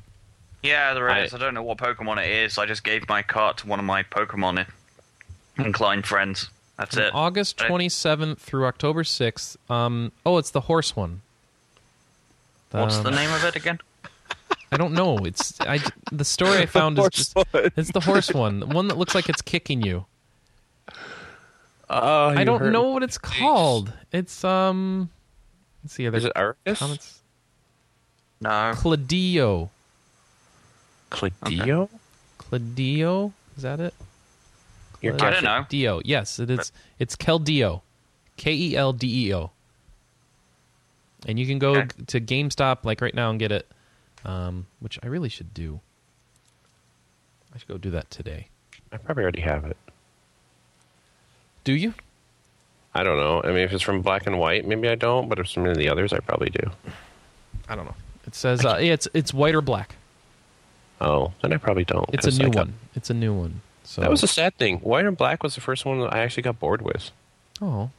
Yeah, there
I-
is. I, don't know what Pokemon it is. I just gave my cart to one of my Pokemon inclined friends. That's it. Uh,
August
I-
twenty seventh through October sixth. Um, oh, it's the horse one.
What's
Um,
the name of it again?
I don't know. It's I, the story I found is
horse
just
one.
it's the horse one, the one that looks like it's kicking you.
Oh,
I
you
don't
heard-
know what it's called. It's um, let's see. Are there
Is it Arcus?
comments?
No.
Cladio.
Cladio?
Cladio? Is that it?
You're
Cladio.
I don't know.
Dio. Yes, it is. It's Keldeo. K E L D E O. And you can go
Okay.
to GameStop like right now and get it, um, which I really should do. I should go do that today.
I probably already have it.
Do you?
I don't know. I mean, if it's from Black and White, maybe I don't. But if it's from any of the others, I probably do.
I don't know. It says uh, yeah, it's it's white or black.
Oh, then I probably don't.
It's
'cause
a
I
new
got-
one. It's a new one. So
That was a sad thing. White and Black was the first one that I actually got bored with.
oh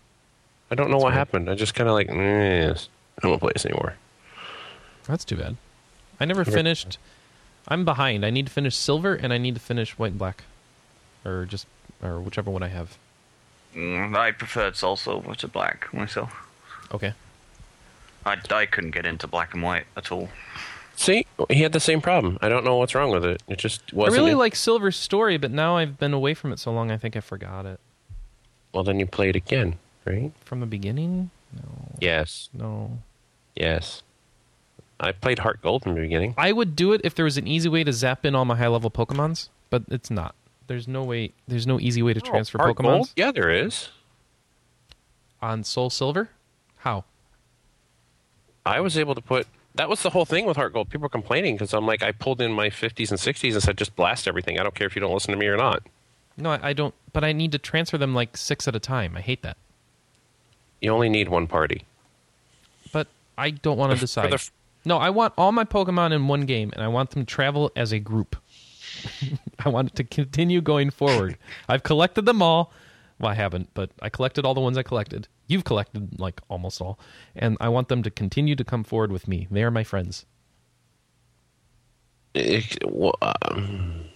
I don't know what
weird.
happened. I just kind of like, "Eh, I don't play this anymore.
that's too bad. I never
Never-
finished. I'm behind. I need to finish silver and I need to finish white and black, or just or whichever one I have.
Mm, I preferred Soul Silver to Black myself.
Okay.
I, I couldn't get into Black and White at all.
See, he had the same problem. I don't know what's wrong with it. It just
I
wasn't.
really
in-
like Silver's story, but now I've been away from it so long, I think I forgot it
Well, then you play it again, right?
from the beginning. No,
Yes,
no.
yes. I played Heart Gold in the beginning.
I would do it if there was an easy way to zap in all my high level Pokemons, but it's not. There's no way. There's no easy way to transfer
Oh, Heart Gold?
Pokemons
Yeah, there is.
on Soul Silver. How?
I was able to put. That was the whole thing with Heart Gold. People were complaining because I'm like, I pulled in my 50s and 60s and said, just blast everything. I don't care if you don't listen to me or not.
No, I, I don't. But I need to transfer them like six at a time. I hate that.
You only need one party.
But I don't want to
For the
decide.
f-
no, I want all my Pokemon in one game, and I want them to travel as a group. I want it to continue going forward. I've collected them all. Well, I haven't, but I collected all the ones I collected. You've collected like almost all, and I want them to continue to come forward with me. They are my friends,
It- well, um,
and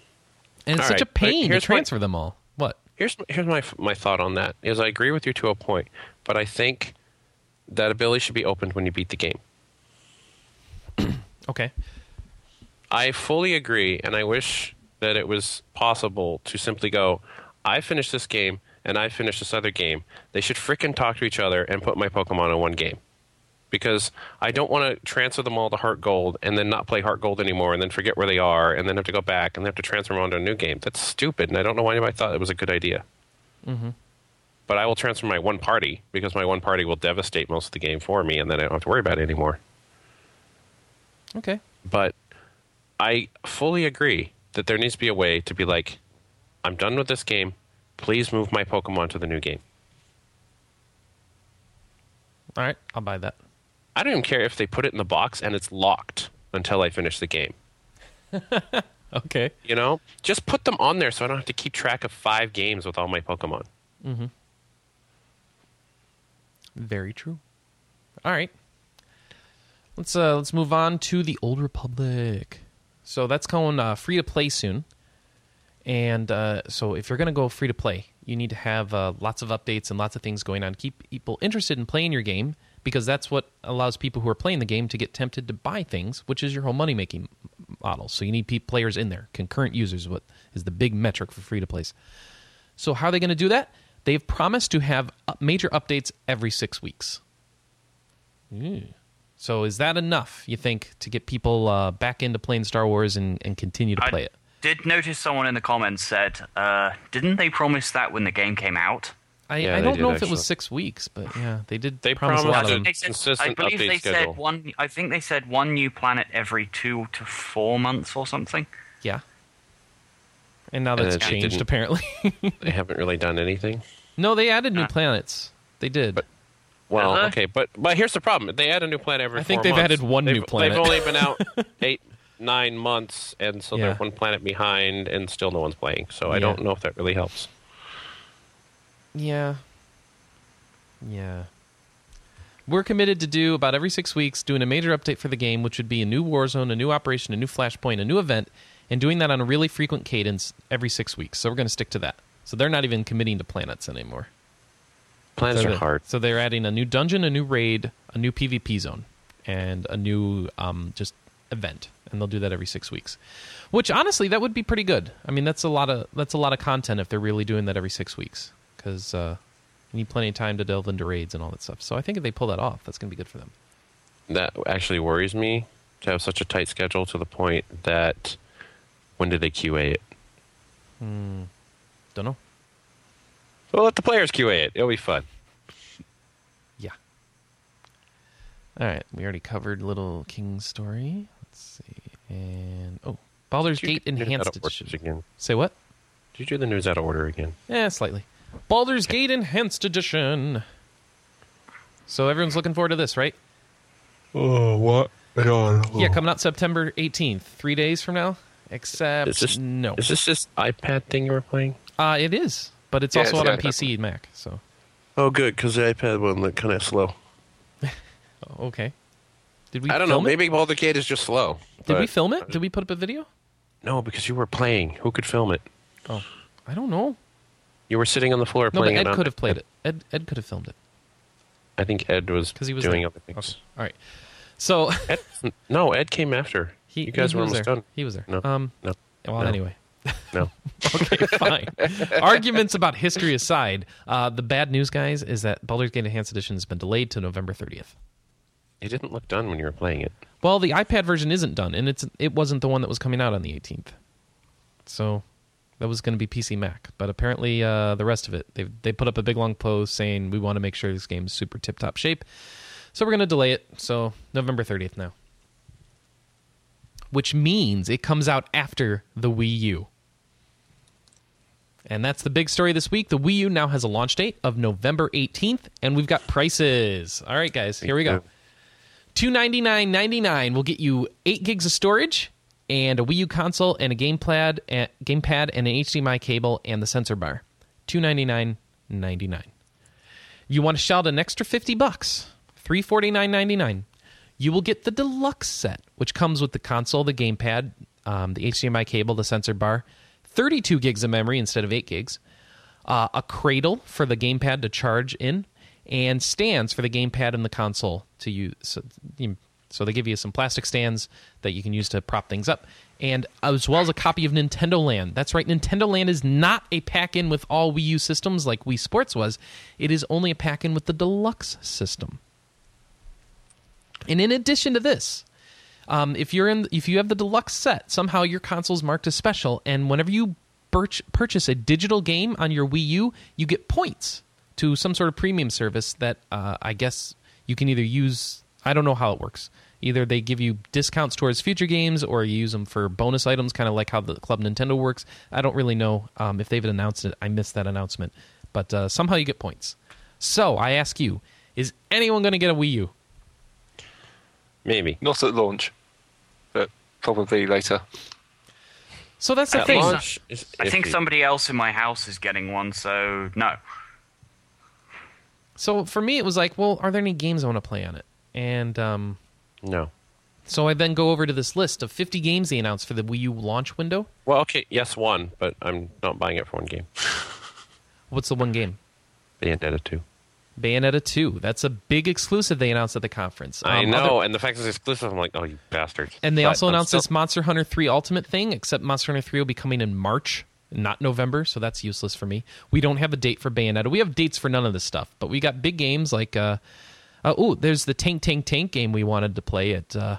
it's
All
such
right,
a
but
pain to
here's my-
transfer them all. What?
here's here's my my thought on that is I agree with you to a point, but I think that ability should be opened when you beat the game.
Okay.
I fully agree, and I wish that it was possible to simply go, I finished this game and I finished this other game. They should frickin' talk to each other and put my Pokemon in one game. Because I don't want to transfer them all to Heart Gold and then not play Heart Gold anymore and then forget where they are and then have to go back and then have to transfer them onto a new game. That's stupid, and I don't know why anybody thought it was a good idea. But I will transfer my one party because my one party will devastate most of the game for me and then I don't have to worry about it anymore
Okay.
but I fully agree that there needs to be a way to be like, I'm done with this game. Please move my Pokemon to the new game.
All right. I'll buy that.
I don't even care if they put it in the box and it's locked until I finish the game.
Okay.
You know, just put them on there so I don't have to keep track of five games with all my Pokemon.
Very true. All right. Let's uh let's move on to the Old Republic. So that's going uh, free to play soon. And uh, so if you're going to go free to play, you need to have uh, lots of updates and lots of things going on. Keep people interested in playing your game because that's what allows people who are playing the game to get tempted to buy things, which is your whole money making model. So you need pe- players in there. Concurrent users is what is the big metric for free to plays. So how are they going to do that? They've promised to have up- major updates every six weeks. So is that enough, you think, to get people uh, back into playing Star Wars and, and continue to
I
play it?
did notice someone in the comments said, uh, didn't they promise that when the game came out?
I,
Yeah,
I
they
don't
did,
know if it was
actually.
six weeks, but yeah, they did
They
promise a
promised
lot of them.
it.
They said, I
Consistent
believe
update
they
schedule.
said one. I think they said one new planet every two to four months or something.
Yeah. And now
And
that's
it
changed,
didn't-
apparently.
They haven't really done anything.
no, they added new
Uh.
planets. They did.
Well,
Have they?
okay, but but here's the problem. They add a new planet every.
I think
four
they've
months.
added one new
They've-
planet.
They've only been out eight, nine months, and so
Yeah.
they're one planet behind, and still no one's playing. So I
Yeah.
don't know if that really helps.
Yeah. Yeah. We're committed to do about every six weeks doing a major update for the game, which would be a new Warzone, a new operation, a new Flashpoint, a new event, and doing that on a really frequent cadence every six weeks. So we're going to stick to that. So they're not even committing to planets anymore.
Planets
so
are
they-
hard.
So they're adding a new dungeon, a new raid, a new PvP zone, and a new um, just event, and they'll do that every six weeks. Which honestly, that would be pretty good. I mean, that's a lot of that's a lot of content if they're really doing that every six weeks, because uh, you need plenty of time to delve into raids and all that stuff. So I think if they pull that off, that's going to be good for them.
That actually worries me to have such a tight schedule to the point that when do they QA it?
Don't know.
Well, let the players QA it. It'll be fun.
Yeah. All right, we already covered Little King's story. Let's see, and oh, Baldur's Gate
Did you do that
enhanced
out of order
edition.
again.
Say what?
Did you do the news out of order again?
Yeah, Eh, slightly. Baldur's Gate Enhanced Edition. So everyone's looking forward to this, right?
Oh, what?
Yeah, coming out September 18th, three days from now. Except
Is this
no,
Is this this iPad thing you were playing?
uh, it is, but it's
Yeah,
also
it's
out on
got-
PC and Mac. So
Oh, good, because the iPad one looked kind of slow.
oh, okay. Did we?
I don't know.
film It?
Maybe Baldur's Gate is just slow.
Did we
but-
film it? Did we put up a video?
No, because you were playing. Who could film it?
Oh, I don't know.
You were sitting on the floor
No, but
playing. it
Ed
on-
could have played it. Ed Ed could have filmed it
I think Ed was
because he was
doing
there.
other things.
Okay. All right. So
Ed, no, Ed came after.
he
you guys
he
were
was
almost
there.
done.
He was there.
No.
Um.
No.
Well,
No.
anyway.
No.
okay, fine. Arguments about history aside, uh, the bad news, guys, is that Baldur's Gate Enhanced Edition has been delayed to November 30th.
It didn't look done when you were playing it.
Well, the iPad version isn't done, and it's it wasn't the one that was coming out on the 18th. So that was going to be PC Mac, but apparently uh, the rest of it they they put up a big long post saying we want to make sure this game's super tip top shape, so we're going to delay it. So November 30th now, which means it comes out after the Wii U. And that's the big story this week. The Wii U now has a launch date of November 18th, and we've got prices. All right, guys, here we go. Two ninety nine ninety nine will get you eight gigs of storage and a Wii U console and a gamepad, a gamepad and an HDMI cable and the sensor bar. Two ninety nine ninety nine. You want to shout an extra fifty bucks? Three forty nine ninety nine. You will get the deluxe set, which comes with the console, the gamepad, um, the HDMI cable, the sensor bar, thirty two gigs of memory instead of eight gigs uh, a cradle for the gamepad to charge in, and stands for the gamepad and the console to use. So, you- so they give you some plastic stands that you can use to prop things up, and as well as a copy of Nintendo Land. That's right, Nintendo Land is not a pack in with all Wii U systems like Wii Sports was. It is only a pack in with the deluxe system. And in addition to this, um, if you're in, if you have the deluxe set, somehow your console's marked as special, and whenever you birch, purchase a digital game on your Wii U, you get points to some sort of premium service that uh, I guess you can either use. I don't know how it works. Either they give you discounts towards future games, or you use them for bonus items, kind of like how the Club Nintendo works. I don't really know um, if they've announced it. I missed that announcement, but uh, somehow you get points. So I ask you: Is anyone going to get a Wii U?
Maybe.
Not at launch, but probably later.
So that's the
At
thing.
least-
Launch is
I think
iffy.
somebody else in my house is getting one, so no.
So for me, it was like, well, are there any games I want to play on it? And um,
No.
so I then go over to this list of 50 games they announced for the Wii U launch window.
Well, okay, yes, one, but I'm not buying it for one game.
What's the one game?
Bayonetta 2.
Bayonetta 2. That's a big exclusive they announced at the conference.
I
Um,
know,
other-
and the fact that it's exclusive, I'm like, oh, you bastards.
and they
But
also
I'm
announced
still-
this Monster Hunter 3 Ultimate thing, except Monster Hunter 3 will be coming in March, not November, so that's useless for me. We don't have a date for Bayonetta. We have dates for none of this stuff, but we got big games like uh, Uh, oh, there's the Tank Tank Tank game we wanted to play at uh,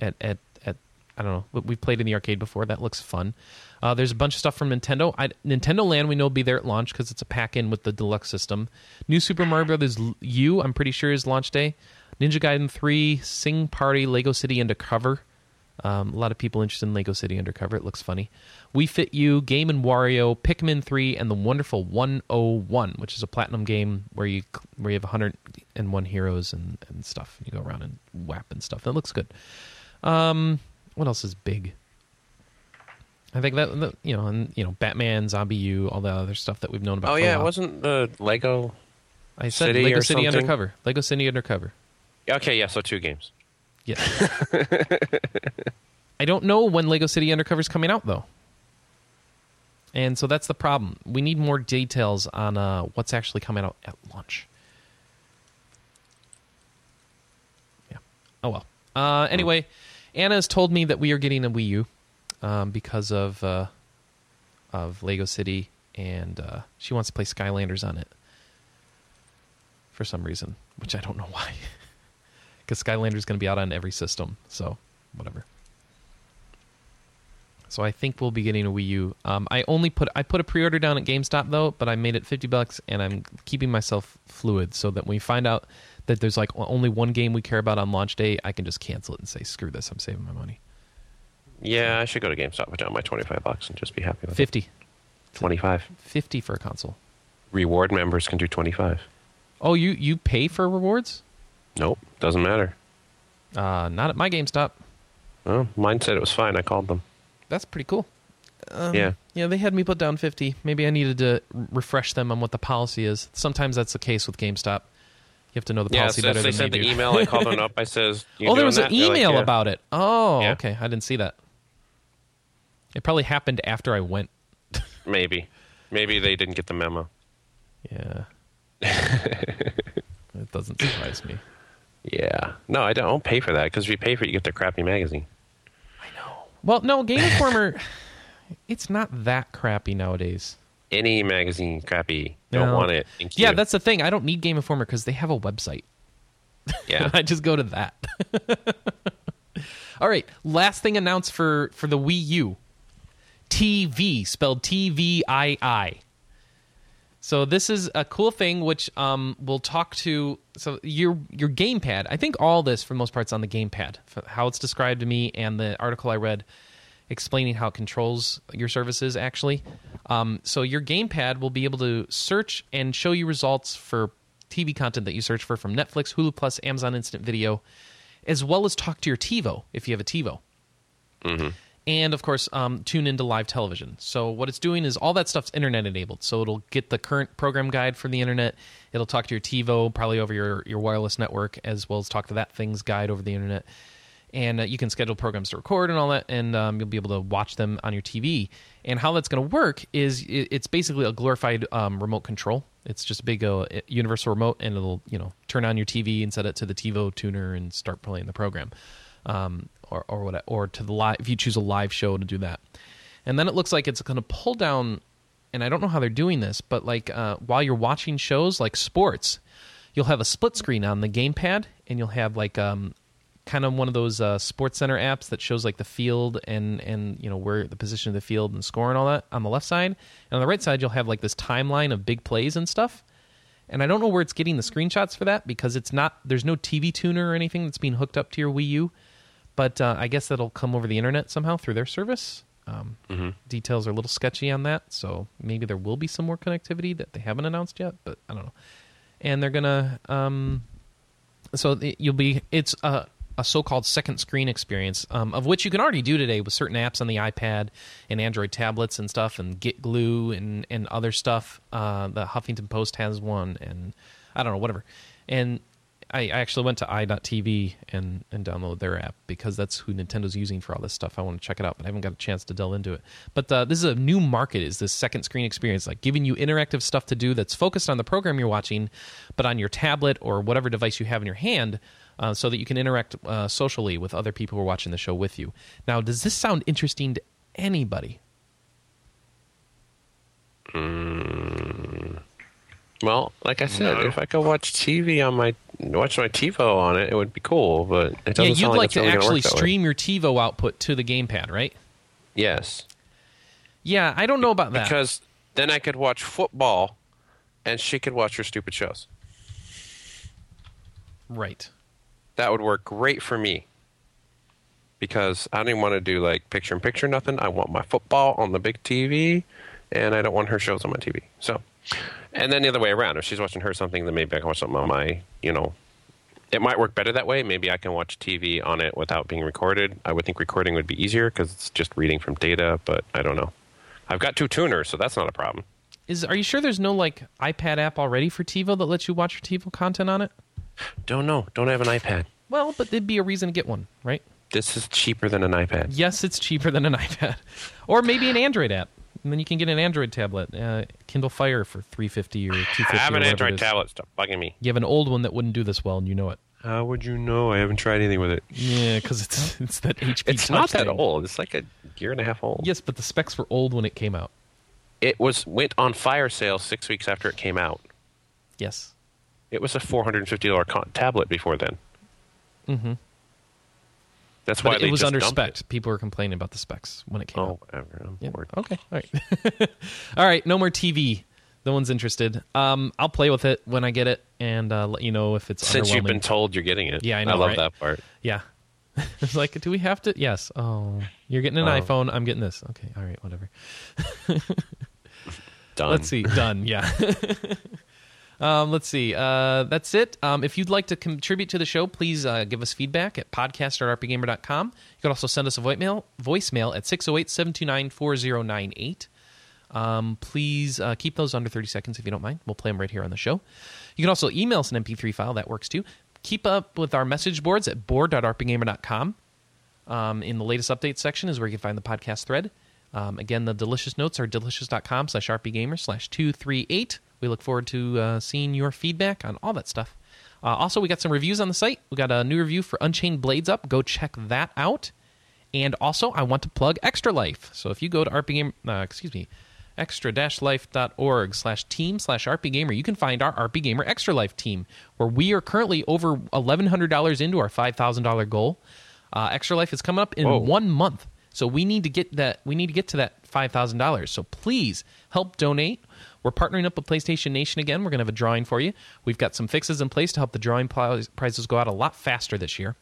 at at at I don't know. We- We've played in the arcade before. That looks fun. Uh, there's a bunch of stuff from Nintendo. I, Nintendo Land we know will be there at launch because it's a pack in with the deluxe system. New Super Mario Brothers U I'm pretty sure is launch day. Ninja Gaiden 3, Sing Party, Lego City Undercover. Um, a lot of people interested in Lego City Undercover. It looks funny. We Fit You, Game and Wario, Pikmin 3, and the wonderful 101, which is a platinum game where you where you have 101 heroes and, and stuff. You go around and whap and stuff. That looks good. Um, what else is big? I think that that- you know, and you know, Batman, Zombie U, all the other stuff that we've known about.
Oh
for a
yeah, it
while.
wasn't the Lego.
I said
City
Lego
or
City
something?
Undercover. Lego City Undercover.
Okay, yeah, so two games.
Yes. I don't know when Lego City Undercover's coming out though. And so that's the problem. We need more details on uh, what's actually coming out at launch. Yeah. Oh well. Uh, anyway, Anna has told me that we are getting a Wii U um, because of uh, of Lego City, and uh, she wants to play Skylanders on it for some reason, which I don't know why. because Skylander is going to be out on every system. So whatever. So I think we'll be getting a Wii U. Um, I only put I put a pre-order down at GameStop though, but I made it fifty bucks, and I'm keeping myself fluid so that when we find out that there's like only one game we care about on launch day, I can just cancel it and say screw this, I'm saving my money.
Yeah, I should go to GameStop, put down my twenty-five bucks, and just be happy with it.
50.
Twenty-five
50 for a console.
reward members can do twenty-five.
Oh, you you pay for rewards?
Nope, doesn't matter.
Uh, not at my GameStop.
Well, mine said it was fine. I called them.
That's pretty cool. Um,
yeah,
Yeah, they had me put down 50. Maybe I needed to r- refresh them on what the policy is. Sometimes that's the case with GameStop. You have to know the
yeah.
policy
So
better
they
than
sent
they
the
do.
email. I called them up. I says, you
oh, there
doing
was
that?
an
They're like,
email
"Yeah."
about it. Oh,
Yeah.
okay. I didn't see that. It probably happened after I went.
Maybe, maybe they didn't get the memo.
Yeah. it doesn't surprise me.
Yeah. No, I don't, I don't pay for that because if you pay for it, you get the crappy magazine.
Well, no, Game Informer, it's not that crappy nowadays.
Any magazine, crappy. Don't
No.
want it. Thank
Yeah,
you.
that's the thing. I don't need Game Informer because they have a website.
yeah.
I just go to that. All right, last thing announced for for the Wii U. TV spelled T V I I. So this is a cool thing which um we'll talk to so your your gamepad. I think all this for the most part's on the gamepad. f- How it's described to me and the article I read explaining how it controls your services actually. Um, so your gamepad will be able to search and show you results for TV content that you search for from Netflix, Hulu Plus, Amazon Instant Video, as well as talk to your TiVo if you have a TiVo and of course um, tune into live television so what it's doing is all that stuff's internet enabled so it'll get the current program guide from the internet it'll talk to your tivo probably over your, your wireless network as well as talk to that thing's guide over the internet and uh, you can schedule programs to record and all that and um, you'll be able to watch them on your tv and how that's going to work is i it's basically a glorified um, remote control it's just a big uh, universal remote and it'll you know turn on your tv and set it to the tivo tuner and start playing the program um, or or what or to the live if you choose a live show to do that, and then it looks like it's going to pull down. And I don't know how they're doing this, but like uh, while you're watching shows like sports, you'll have a split screen on the gamepad, and you'll have like um, kind of one of those uh, Sports Center apps that shows like the field and and you know where the position of the field and score and all that on the left side, and on the right side you'll have like this timeline of big plays and stuff and I don't know where it's getting the screenshots for that because it's not there's no TV tuner or anything that's being hooked up to your Wii U, but uh, I guess that'll come over the internet somehow through their service. Um, Details are a little sketchy on that, so maybe there will be some more connectivity that they haven't announced yet, but I don't know. And they're gonna um, so it- you'll be it's a a so-called second screen experience, um, of which you can already do today with certain apps on the iPad and Android tablets and stuff, and Git Glue and and other stuff. Uh, the Huffington Post has one, and I don't know whatever. And I, I actually went to i.tv and and downloaded their app because that's who Nintendo's using for all this stuff. I want to check it out, but I haven't got a chance to delve into it. But uh, this is a new market is this second screen experience, like giving you interactive stuff to do that's focused on the program you're watching, but on your tablet or whatever device you have in your hand, uh, so that you can interact uh, socially with other people who are watching the show with you. Now, does this sound interesting to anybody?
Well, like I said, if I could watch TV on my watch my TiVo on it. It would be cool, but it doesn't
yeah,
sound
you'd
like,
like
it's
to
really gonna
actually
work that way.
stream your TiVo output to the gamepad, right?
Yes,
Yeah, I don't know about that.
because then I could watch football, and she could watch her stupid shows.
right.
That would work great for me. Because I didn't want to do like picture in picture nothing. I want my football on the big TV, and I don't want her shows on my TV. So, and then the other way around. If she's watching her something, then maybe I can watch something on my. You know, it might work better that way. Maybe I can watch TV on it without being recorded. I would think recording would be easier because it's just reading from data. But I don't know. I've got two tuners, so that's not a problem.
Is are you sure there's no like iPad app already for TiVo that lets you watch your TiVo content on it?
Don't know. Don't have an iPad.
Well, but there'd be a reason to get one, right?
This is cheaper than an iPad.
Yes, it's cheaper than an iPad, or maybe an Android app. And then you can get an Android tablet, uh, Kindle Fire for three fifty or two
I
fifty.
have an Android tablet. Stop bugging me.
You have an old one that wouldn't do this well, and you know it.
How would you know? I haven't tried anything with it.
Yeah, because it's it's that HP.
It's
touch
not that
thing.
old. It's like a year and a half old.
Yes, but the specs were old when it came out.
It was went on fire sale six weeks after it came out.
Yes.
It was a four hundred and fifty dollar con- tablet before then.
Mm-hmm.
That's why
But
they
it was
just
under
dumped
spec. People were complaining about the specs when it
It.
came
Oh,
out.
whatever. I'm
Yeah.
bored.
Okay. All right. All right. No more TV. No one's interested. Um, I'll play with it when I get it and uh, let you know if it's
Since you've
underwhelming.
been told you're getting it,
Yeah, I
I
know,
love
right?
that part.
Yeah. it's like, do we have to? Yes. Oh, you're getting an
Oh.
iPhone. I'm getting this. Okay. All right. Whatever.
Done.
Let's see. Done. Yeah. um, let's see. Uh, that's it. Um, if you'd like to contribute to the show, please uh, give us feedback at podcast.rpgamer.com. You can also send us a voicemail, voicemail at 608 729 4098. Um, please uh, keep those under 30 seconds if you don't mind. We'll play them right here on the show. You can also email us an MP3 file. That works too. Keep up with our message boards at board.rpgamer.com. Um, in the latest update section is where you can find the podcast thread. Um, again, the delicious notes are delicious.com slash rpgamer slash 238. We look forward to uh, seeing your feedback on all that stuff. Uh, also, we got some reviews on the site. We got a new review for Unchained Blades Up. Go check that out. And also, I want to plug Extra Life. So if you go to RPGamer, uh, excuse me, extra-life.org slash team slash RPGamer, you can find our RPGamer Extra Life team, where we are currently over $1,100 into our $5,000 goal. Uh, Extra Life is coming up in
Whoa.
one month. So we need to get that. We need to get to that five thousand dollars. So please help donate. We're partnering up with PlayStation Nation again. We're going to have a drawing for you. We've got some fixes in place to help the drawing pri- prizes go out a lot faster this year.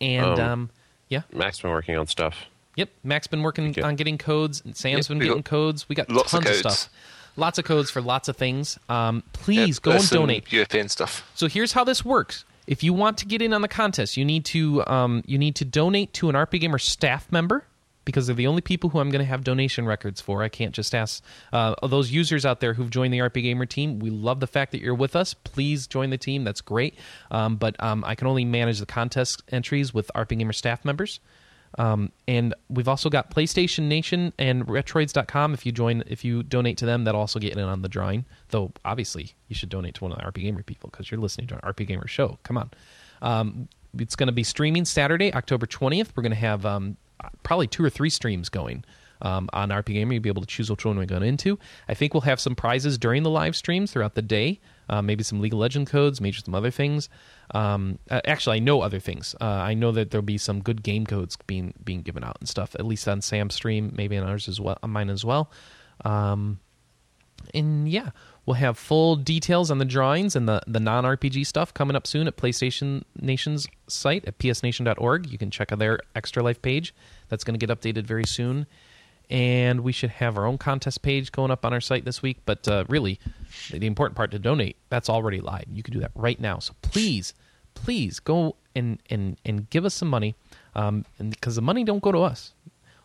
And
Um,
um, yeah,
Mac's been working on stuff.
Yep, Mac's been working
Okay.
on getting codes, and Sam's
Yep,
been
we
getting
got
codes. We got
lots of
tons of,
codes.
stuff, lots of codes for lots of things. Um,
Yeah,
please go
there's
and
some
donate.
European stuff.
So here's how this works. If you want to get in on the contest, you need to um, you need to donate to an RP Gamer staff member because they're the only people who I'm going to have donation records for. I can't just ask uh, those users out there who've joined the RP Gamer team. We love the fact that you're with us. Please join the team. That's great. Um, but um, I can only manage the contest entries with RP Gamer staff members. Um, and we've also got PlayStation Nation and Retroids.com. If you join, if you donate to them, that'll also get in on the drawing. Though obviously, you should donate to one of the RP Gamer people because you're listening to an RP Gamer show. Come on, um, it's going to be streaming Saturday, October 20th. We're going to have um, probably two or three streams going um, on RP Gamer. You'll be able to choose which one we're going into. I think we'll have some prizes during the live streams throughout the day. Uh, maybe some League of Legend codes, maybe some other things. Um, uh, actually, I know other things. Uh, I know that there'll be some good game codes being being given out and stuff. At least on Sam's stream, maybe on ours as well, on mine as well. Um, and yeah, we'll have full details on the drawings and the, the non RPG stuff coming up soon at PlayStation Nation's site at psnation.org. You can check out their Extra Life page. That's going to get updated very soon. And we should have our own contest page going up on our site this week. But uh, really, the the important part to donate, that's already live. You can do that right now. So please, please go and, and, and give us some money um, and because the money don't go to us.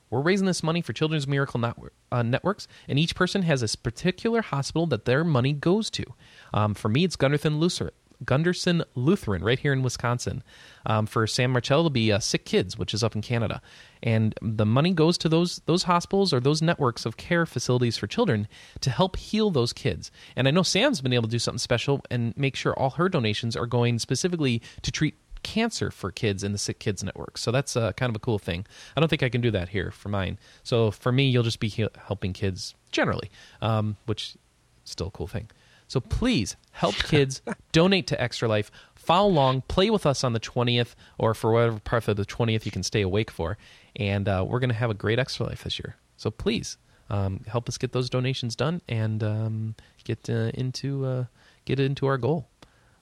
We're raising this money for Children's Miracle Network, uh, Networks, and each person has this particular hospital that their money goes to. Um, for me, it's Gunderson Lutheran, Gunderson Lutheran, right here in Wisconsin. Um, for Sam Marcel, it'll be uh, Sick Kids, which is up in Canada, and the money goes to those those hospitals or those networks of care facilities for children to help heal those kids. And I know Sam's been able to do something special and make sure all her donations are going specifically to treat cancer for kids in the Sick Kids Network. So that's uh, kind of a cool thing. I don't think I can do that here for mine. So for me, you'll just be he- helping kids generally, um, which is still a cool thing. So please help kids donate to Extra Life. Foul Long. Play with us on the 20th, or for whatever part of the 20th you can stay awake for. And uh, we're going to have a great Extra Life this year. So please um, help us get those donations done and um, get uh, into uh, get into our goal.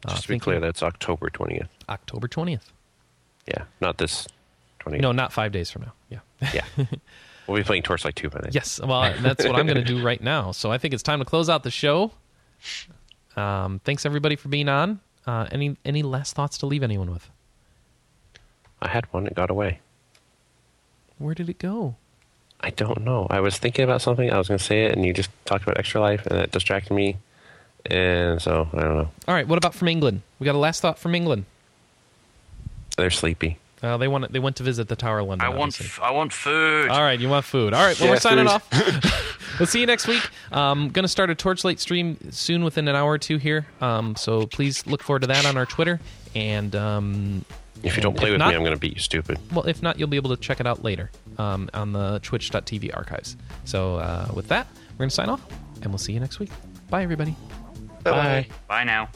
Uh,
Just to be
thinking
clear, that's October 20th.
October 20th.
Yeah, not this 20th.
No, not five days from now. Yeah.
Yeah. we'll be playing Torchlight 2 by then.
Yes. Well, that's what I'm going to do right now. So I think it's time to close out the show. Um, thanks everybody for being on. Uh, any any last thoughts to leave anyone with?
I had one that got away.
Where did it go?
I don't know. I was thinking about something. I was going to say it, and you just talked about Extra Life, and that distracted me. And so, I don't know.
All right. What about from England? We got a last thought from England.
They're sleepy.
Uh, they want they went to visit the Tower of London.
I want
obviously.
f- I want food.
All right, you want food. All right, well,
Yeah,
we're signing
food.
off. we'll see you next week. Um, going to start a Torchlight stream soon within an hour or two here. Um, so please look forward to that on our Twitter. And, um,
If you don't play
If
with
not-
me, I'm going to beat you stupid.
well, if not, you'll be able to check it out later um, on the twitch.tv archives. So uh, with that, we're going to sign off, and we'll see you next week. Bye, everybody.
Bye.
Bye now.